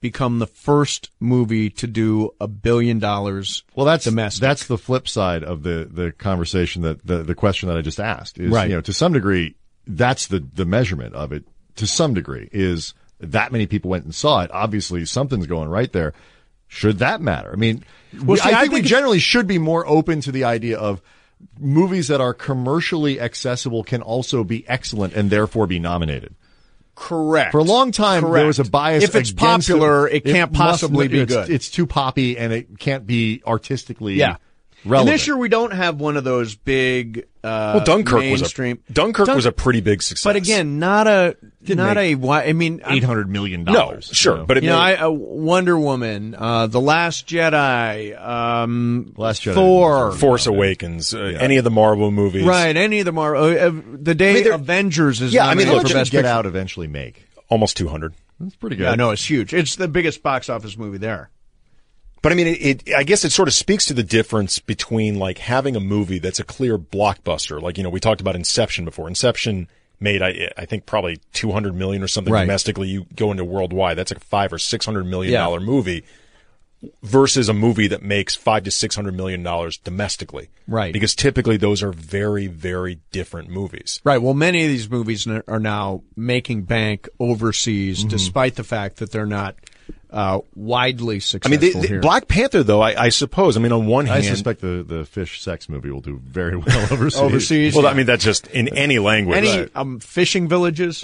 become the first movie to do a billion dollars. Well, that's domestic. that's the flip side of the the conversation that the the question that I just asked is Right. you know to some degree that's the the measurement of it to some degree is that many people went and saw it obviously something's going right there should that matter I mean we- see, I, I think we think- generally should be more open to the idea of movies that are commercially accessible can also be excellent and therefore be nominated correct for a long time there Correct. was a bias If it's against popular, it can't must- possibly be it's- good. it's too poppy and it can't be artistically Yeah. relevant. And this year we don't have one of those big. Uh, Well, Dunkirk mainstream. was a Dunkirk Dun- was a pretty big success. but again, not a not a wi- I mean, I- eight hundred million no, dollars. sure, but it you know, made- I uh, Wonder Woman, uh, The Last Jedi, um, Last Jedi. Thor, Force Awakens, uh, any of the Marvel movies, right? Any of the Mar- uh, uh, the day they're- Avengers is yeah, I mean, nominated how much for did best Get picture. Out eventually make? almost 200. That's pretty good. Yeah, no, it's huge. It's the biggest box office movie there. But I mean, it, it, I guess it sort of speaks to the difference between like having a movie that's a clear blockbuster. Like, you know, we talked about Inception before. Inception made, I, I think probably 200 million or something Right. domestically. You go into worldwide, that's like a five or six hundred million Yeah. dollar movie versus a movie that makes five to six hundred million dollars domestically. Right. Because typically those are very, very different movies. Right. Well, many of these movies n- are now making bank overseas, despite the fact that they're not uh, widely I successful mean, they, they- here. Black Panther, though, I, I suppose. I mean, on one I hand, suspect the, the fish sex movie will do very well overseas. Overseas. well, I mean, that's just in any language. Any Right. um, fishing villages?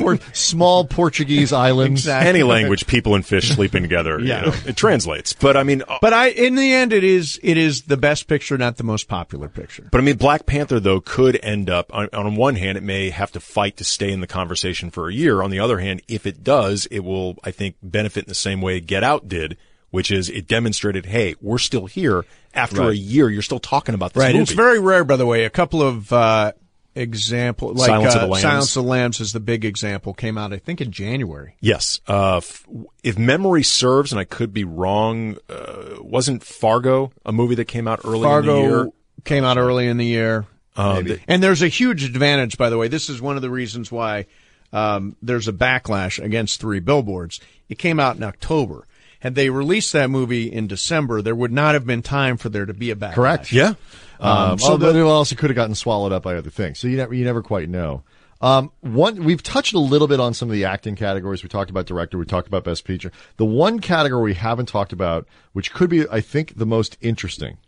Por- small Portuguese islands. Exactly. any language, people and fish sleeping together. you Yeah. know, it translates. But I mean, uh, but I, in the end, it is it is the best picture, not the most popular picture. But I mean, Black Panther though could end up on, on one hand, it may have to fight to stay in the conversation for a year. On the other hand, if it does, it will, I think, benefit in the same way Get Out did, which is it demonstrated, hey, we're still here after a year. You're still talking about this movie. It's very rare, by the way. A couple of uh, example, like Silence of uh, the Lambs. Silence of the Lambs is the big example. Came out, I think, in January. yes. Uh, f- if memory serves, and I could be wrong, uh, wasn't Fargo a movie that came out early in the year? Fargo came out early in the year. Um, And there's a huge advantage, by the way. This is one of the reasons why um, there's a backlash against Three Billboards. It came out in October. Had they released that movie in December, there would not have been time for there to be a backlash. Correct. yeah. Um, so although it also could have gotten swallowed up by other things. So you never, you never quite know. Um, one, we've touched a little bit on some of the acting categories. We talked about director. We talked about best feature. The one category we haven't talked about, which could be, I think, the most interesting.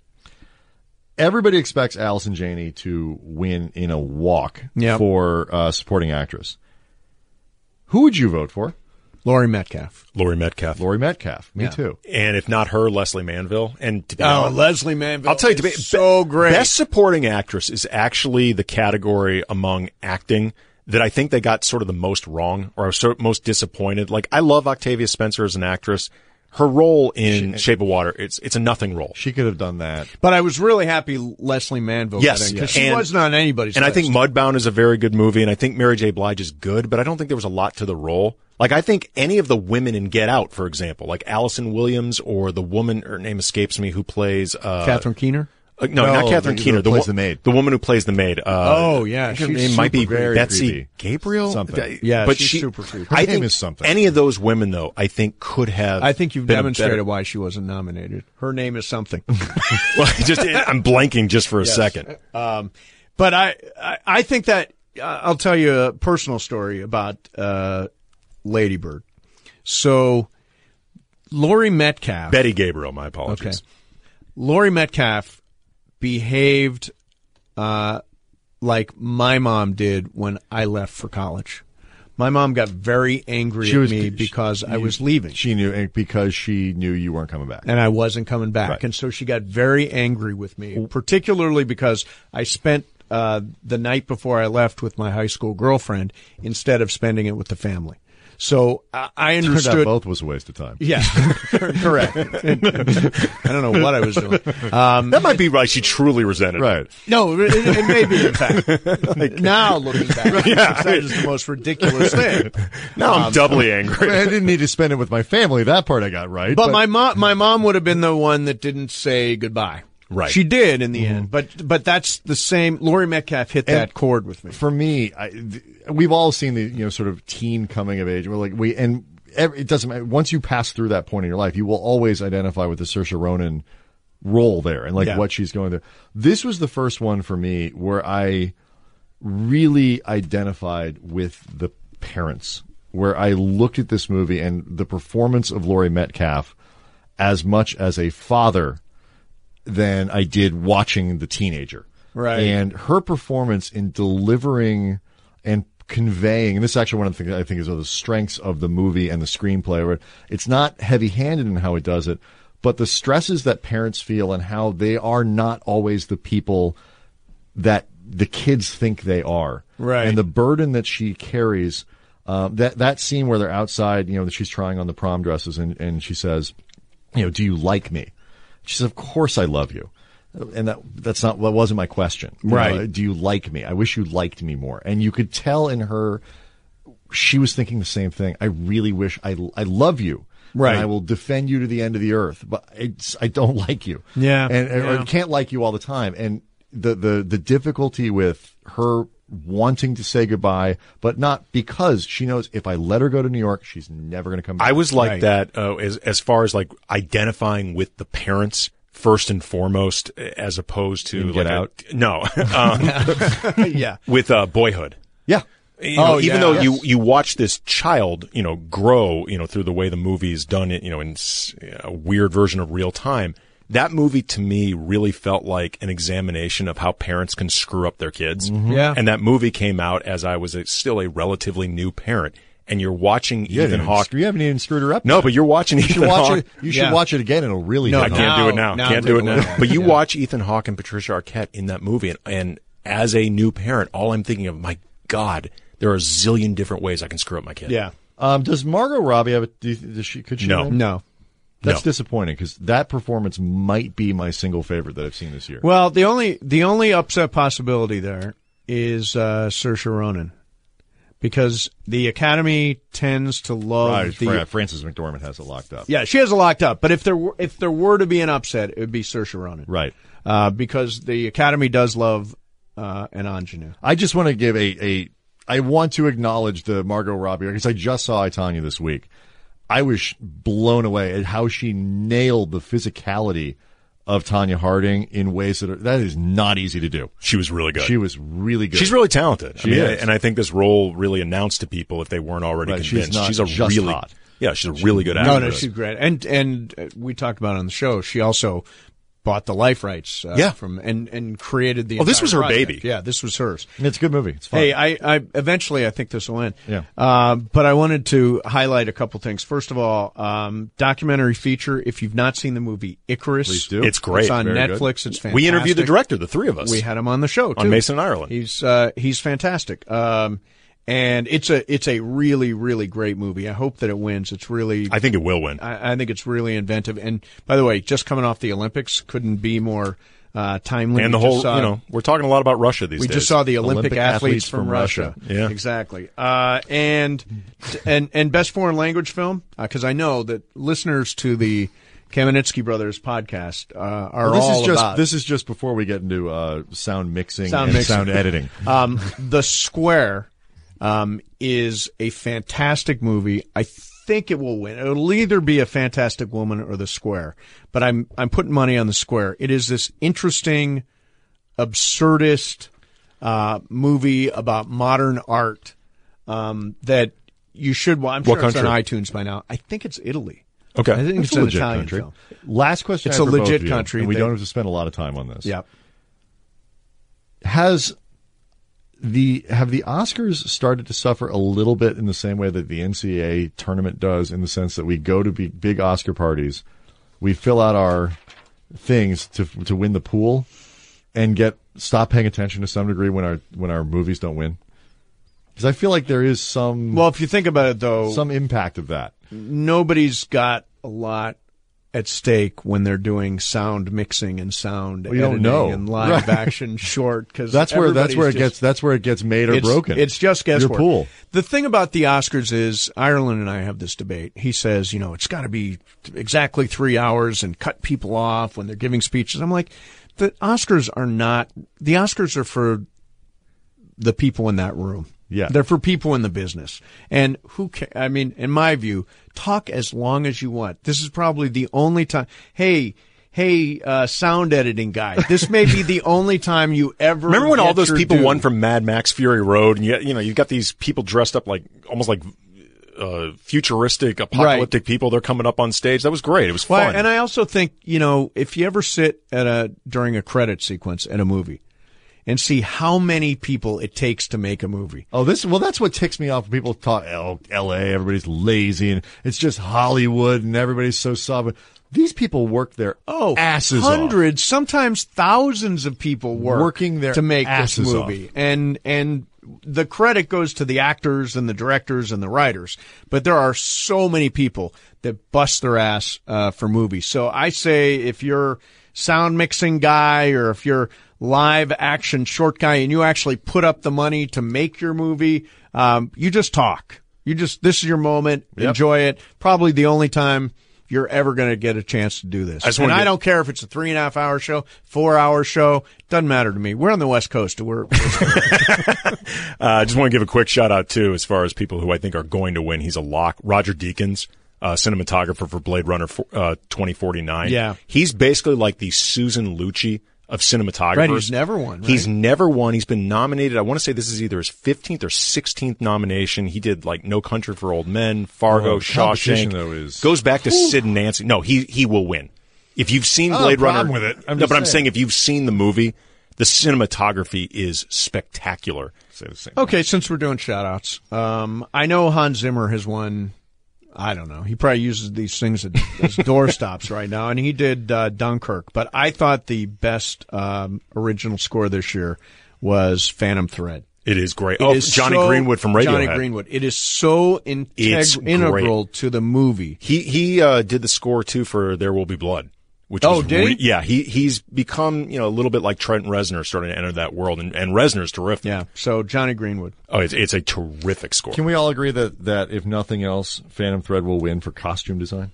Everybody expects Allison Janney to win in a walk Yep. for uh, supporting actress. Who would you vote for? Laurie Metcalf. Lori Metcalf. Lori Metcalf. Me too. And if not her, Leslie Manville. And to be Oh, honest, Leslie Manville. I'll tell you, is to be, so be- great. Best supporting actress is actually the category among acting that I think they got sort of the most wrong or I was sort of most disappointed. Like I love Octavia Spencer as an actress. Her role in Shape of Water, it's it's a nothing role. She could have done that. But I was really happy Leslie Manville. Yes, because yeah. she And- wasn't on anybody's. And I list. think Mudbound is a very good movie, and I think Mary J. Blige is good, but I don't think there was a lot to the role. Like I think any of the women in Get Out, for example, like Allison Williams or the woman, her name escapes me, who plays uh, Catherine Keener. Uh, no, No, not Catherine the- Keener. who plays wo- the maid. The woman who plays the maid. Uh, Oh, yeah, I think her she's name might be super creepy. Betsy creepy. Gabriel. Something. Yeah, but she's she, super creepy. Her I name think is something. Any of those women, though, I think could have. I think you've been a demonstrated better- why she wasn't nominated. Her name is something. Well, I just I'm blanking just for a second. Um, but I, I, I think that I- I'll tell you a personal story about uh, Lady Bird. So, Lori Metcalf. Betty Gabriel. My okay. apologies. Lori Metcalf behaved uh, like my mom did when I left for college. My mom got very angry She at was- me she- because I was leaving. She knew and because she knew you weren't coming back. and I wasn't coming back. Right. And so she got very angry with me, particularly because I spent uh, the night before I left with my high school girlfriend instead of spending it with the family. So I, I Turned out understood. both was a waste of time. Yeah, correct. I don't know what I was doing. Um, That might be why she truly resented. it. Right. no, it, it may be in fact. now looking back, Yeah. that is the most ridiculous thing. Now I'm doubly angry. I didn't need to spend it with my family. That part I got right. But, my mom, my mom would have been the one that didn't say goodbye. Right. She did in the end. But but that's the same. Lori Metcalf hit that chord with me. for me, I, th- we've all seen the you know sort of teen coming of age. We're like we and ev it doesn't matter. Once you pass through that point in your life, you will always identify with the Saoirse Ronan role there and like Yeah. what she's going through. This was the first one for me where I really identified with the parents. Where I looked at this movie and the performance of Laurie Metcalf as much as a father than I did watching the teenager. Right. And her performance in delivering and conveying, and this is actually one of the things I think is one of the strengths of the movie and the screenplay. where It's not heavy handed in how it does it, but the stresses that parents feel and how they are not always the people that the kids think they are. Right. And the burden that she carries. Um, that that scene where they're outside, you know, that she's trying on the prom dresses, and, and she says, you know, do you like me? She says, of course I love you. And that that's not that wasn't my question. You know, Right. do you like me? I wish you liked me more. And you could tell in her, she was thinking the same thing. I really wish I I love you. Right. And I will defend you to the end of the earth, but it's, I don't like you. Yeah. And and- or Yeah. can't like you all the time. And the, the, the difficulty with her wanting to say goodbye, but not because she knows if I let her go to New York, she's never going to come back. I was like Right. that uh, as as far as like identifying with the parents first and foremost, as opposed to Get like a- Out? no, um, yeah. with uh, Boyhood. yeah. You Oh, know, even yeah. though Yes. you you watch this child, you know, grow, you know, through the way the movie is done, you know, in s- a weird version of real time. That movie to me really felt like an examination of how parents can screw up their kids. Yeah. And that movie came out as I was a, still a relatively new parent, and you're watching You haven't Ethan even- Hawke. You haven't even screwed her up. No, yet. but you're watching you Ethan should watch Hawke. it. You should Yeah. watch it again. It'll really No, hit I home. can't do it now. Now can't take do a it look now. at it. But you Yeah. watch Ethan Hawke and Patricia Arquette in that movie, and, and as a new parent, all I'm thinking of, my God, there are a zillion different ways I can screw up my kid. Yeah. Um, does Margot Robbie have a? Do you, does she? Could she? No. win? No. That's No. disappointing because that performance might be my single favorite that I've seen this year. Well, the only the only upset possibility there is uh, Saoirse Ronan, because the Academy tends to love Right, the. Fra- Frances McDormand has it locked up. Yeah, she has it locked up. But if there were, if there were to be an upset, it would be Saoirse Ronan, Right. Uh, because the Academy does love uh, an ingenue. I just want to give a, a I want to acknowledge the Margot Robbie because I just saw Itanya this week. I was sh- blown away at how she nailed the physicality of Tanya Harding in ways that are, that is not easy to do. She was really good. She was really good. She's really talented. She I mean, is. and I think this role really announced to people if they weren't already Right, she's convinced. not a just really hot. yeah, she's a really good No, actress. no, she's great. And and uh, we talked about it on the show. She also bought the life rights. Uh, Yeah. From and and created the. Oh, this entire was her project. baby. Yeah, this was hers. it's a good movie. It's fun. Hey, I, I eventually I think this will end. Yeah. Uh, but I wanted to highlight a couple things. First of all, um, documentary feature. If you've not seen the movie Icarus, Please do. it's great. It's on Very good. Netflix. It's fantastic. we interviewed the director, the three of us. We had him on the show too. On Mason Ireland. He's uh, he's fantastic. Um, and it's a it's a really really great movie. I hope that it wins. It's really I think it will win. I, I think it's really inventive. And by the way, just coming off the Olympics, couldn't be more uh, timely. and the We just whole, saw- you know, we're talking a lot about Russia these we days. just saw the Olympic, Olympic athletes, athletes from, from Russia. Russia. Yeah. exactly. Uh, and and and best foreign language film because I know that listeners to the Kamenetsky Brothers podcast uh, are Well, this all is just about this is just before we get into uh, sound mixing Sound and mixing. sound editing. um, the Square um, is a fantastic movie. I think it will win. It'll either be a Fantastic Woman or The Square, but I'm I'm putting money on The Square. It is this interesting, absurdist uh, movie about modern art um, that you should watch. I'm sure What it's on country? iTunes by now. I think it's Italy. Okay. I think It's it's a an legit Italian country. film. Last question. It's I a have for both legit of you, country. and we They- don't have to spend a lot of time on this. Yep. has the have the Oscars started to suffer a little bit in the same way that the NCAA tournament does, in the sense that we go to big, big Oscar parties, we fill out our things to to win the pool, and get stop paying attention to some degree when our when our movies don't win, because I feel like there is some Well, if you think about it, though, some impact of that. nobody's got a lot at stake when they're doing sound mixing and sound you don't editing know. and live Right. action short because That's where that's where it gets that's where it gets made or it's, broken. It's just guesswork. Your pool. The thing about the Oscars is Ireland and I have this debate. He says, you know, it's got to be exactly three hours and cut people off when they're giving speeches. I'm like, the Oscars are not. The Oscars are for the people in that room. Yeah. they're for people in the business. And who ca I mean, in my view, talk as long as you want. This is probably the only time. Hey. Hey, uh, sound editing guy, this may be the only time you ever Remember when all get those your people due. won from Mad Max Fury Road, and you, you know you've got these people dressed up like almost like uh, futuristic apocalyptic people. They're coming up on stage. That was great. It was Well, fun. and I also think you know if you ever sit at a during a credit sequence at a movie, and see how many people it takes to make a movie. Oh, this well, that's what ticks me off. when People talk oh, L.A. Everybody's lazy, and it's just Hollywood, and everybody's so soft. These people work their Oh, asses off. hundreds, sometimes thousands of people work Working their to make this asses off. movie, and and the credit goes to the actors and the directors and the writers, but there are so many people that bust their ass uh, for movies. So I say if you're sound mixing guy or if you're live action short guy and you actually put up the money to make your movie, um, you just talk. You just this is your moment. Enjoy it. Probably the only time. You're ever going to get a chance to do this. I just and wanna I get- don't care if it's a three and a half hour show, four hour show. Doesn't matter to me. We're on the West Coast. We're Uh, I just want to give a quick shout out too, as far as people who I think are going to win. He's a lock. Roger Deakins, uh, cinematographer for Blade Runner for, uh, 2049. Yeah. He's basically like the Susan Lucci of cinematographers. Right, he's never won, right? He's never won. He's been nominated. I want to say this is either his 15th or 16th nomination. He did like No Country for Old Men, Fargo, Oh, competition, Shawshank. though, is- Goes back to Sid and Nancy. No, he he will win. If you've seen I don't Blade have a Runner problem with it. Oh, I'm no, just but I'm saying. saying if you've seen the movie, the cinematography is spectacular. Say the same. Okay, since we're doing shout outs, um, I know Hans Zimmer has won. I don't know. He probably uses these things as, as doorstops right now, and he did uh, Dunkirk. But I thought the best um, original score this year was Phantom Thread. It is great. It oh, is Johnny so- Greenwood from Radiohead. Johnny Greenwood. It is so It's integ- great. integral to the movie. He he uh, did the score too for There Will Be Blood. Which Oh, was did he? yeah, he he's become you know a little bit like Trent Reznor starting to enter that world, and, and Reznor's terrific. Yeah. So Johnny Greenwood. Oh, it's, it's a terrific score. Can we all agree that that if nothing else, Phantom Thread will win for costume design?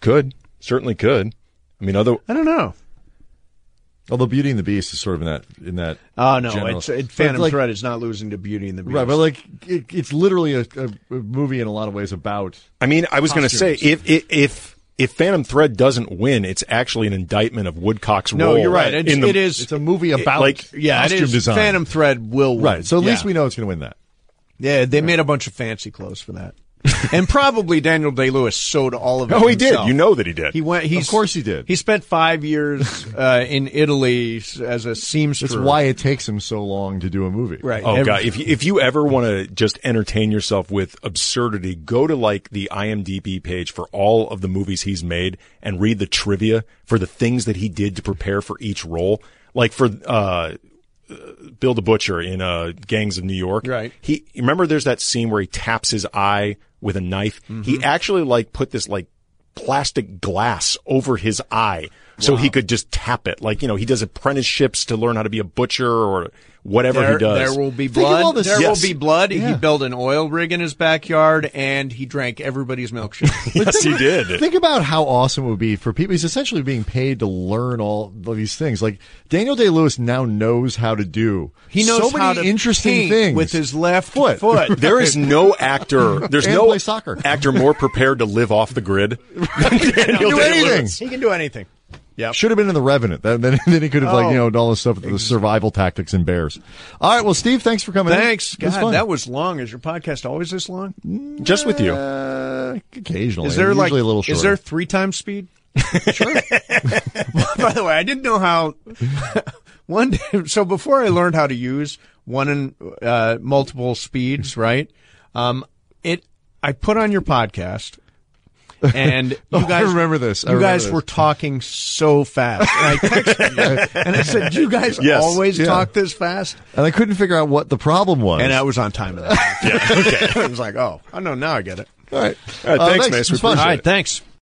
could certainly could. I mean, other I don't know. Although Beauty and the Beast is sort of in that in that. Oh no, general- it's it, But Phantom like- Thread is not losing to Beauty and the Beast. Right, but like it, it's literally a, a, a movie in a lot of ways about. I mean, I was going to say if if- if if Phantom Thread doesn't win, it's actually an indictment of Woodcock's No, role. you're right. in It's- the- it is- It's a movie about like, yeah, it costume is. design. Phantom Thread will win. Right, so at least Yeah. we know it's going to win that. Yeah, they made a bunch of fancy clothes for that, and probably Daniel Day Lewis sewed all of it. Oh, he did. himself. You know that he did. He went. He's, Of course he did. He spent five years uh, in Italy s- as a seamstress. That's why it takes him so long to do a movie. Right. Oh Every- god! If you, if you ever want to just entertain yourself with absurdity, go to like the IMDb page for all of the movies he's made and read the trivia for the things that he did to prepare for each role. Like for uh, Bill the Butcher in uh, Gangs of New York. Right. He remember there's that scene where he taps his eye with a knife. Mm-hmm. He actually like put this like plastic glass over his eye so he could just tap it. Like you know he does apprenticeships to learn how to be a butcher or whatever There, he does. there will be Think of all blood. this- There Yes. will be blood. He Yeah. built an oil rig in his backyard, and he drank everybody's milkshake. Yes, he did. Think about how awesome it would be for people. He's essentially being paid to learn all of these things. Like Daniel Day Lewis now knows how to do. He knows so many how to interesting paint things with his left Foot. foot. There is no actor. There's And no play soccer. actor more prepared to live off the grid. than He Daniel can do Day-Lewis. anything. He can do anything. Yep. Should have been in the Revenant. Then, then, then he could have like Oh. you know done all this stuff with the survival tactics and bears. All right, well, Steve, thanks for coming. Thanks. in. It was God, fun. that was long. Is your podcast always this long? Just with you. uh, occasionally. Is there usually like a little shorter. Is there three times speed? Sure. By the way, I didn't know how. one day, so before I learned how to use one and uh, multiple speeds, right? Um, it I put on your podcast, and you Oh, I guys remember this. I you remember guys this. were talking so fast, and I texted you, and I said, "You guys Yes. always Yeah. talk this fast." And I couldn't figure out what the problem was. And I was on time. Yeah. Okay. I was like, "Oh, I know now. I get it." all right, All right, Uh, thanks, thanks. Mace. It We was fun. appreciate All it. right. Thanks.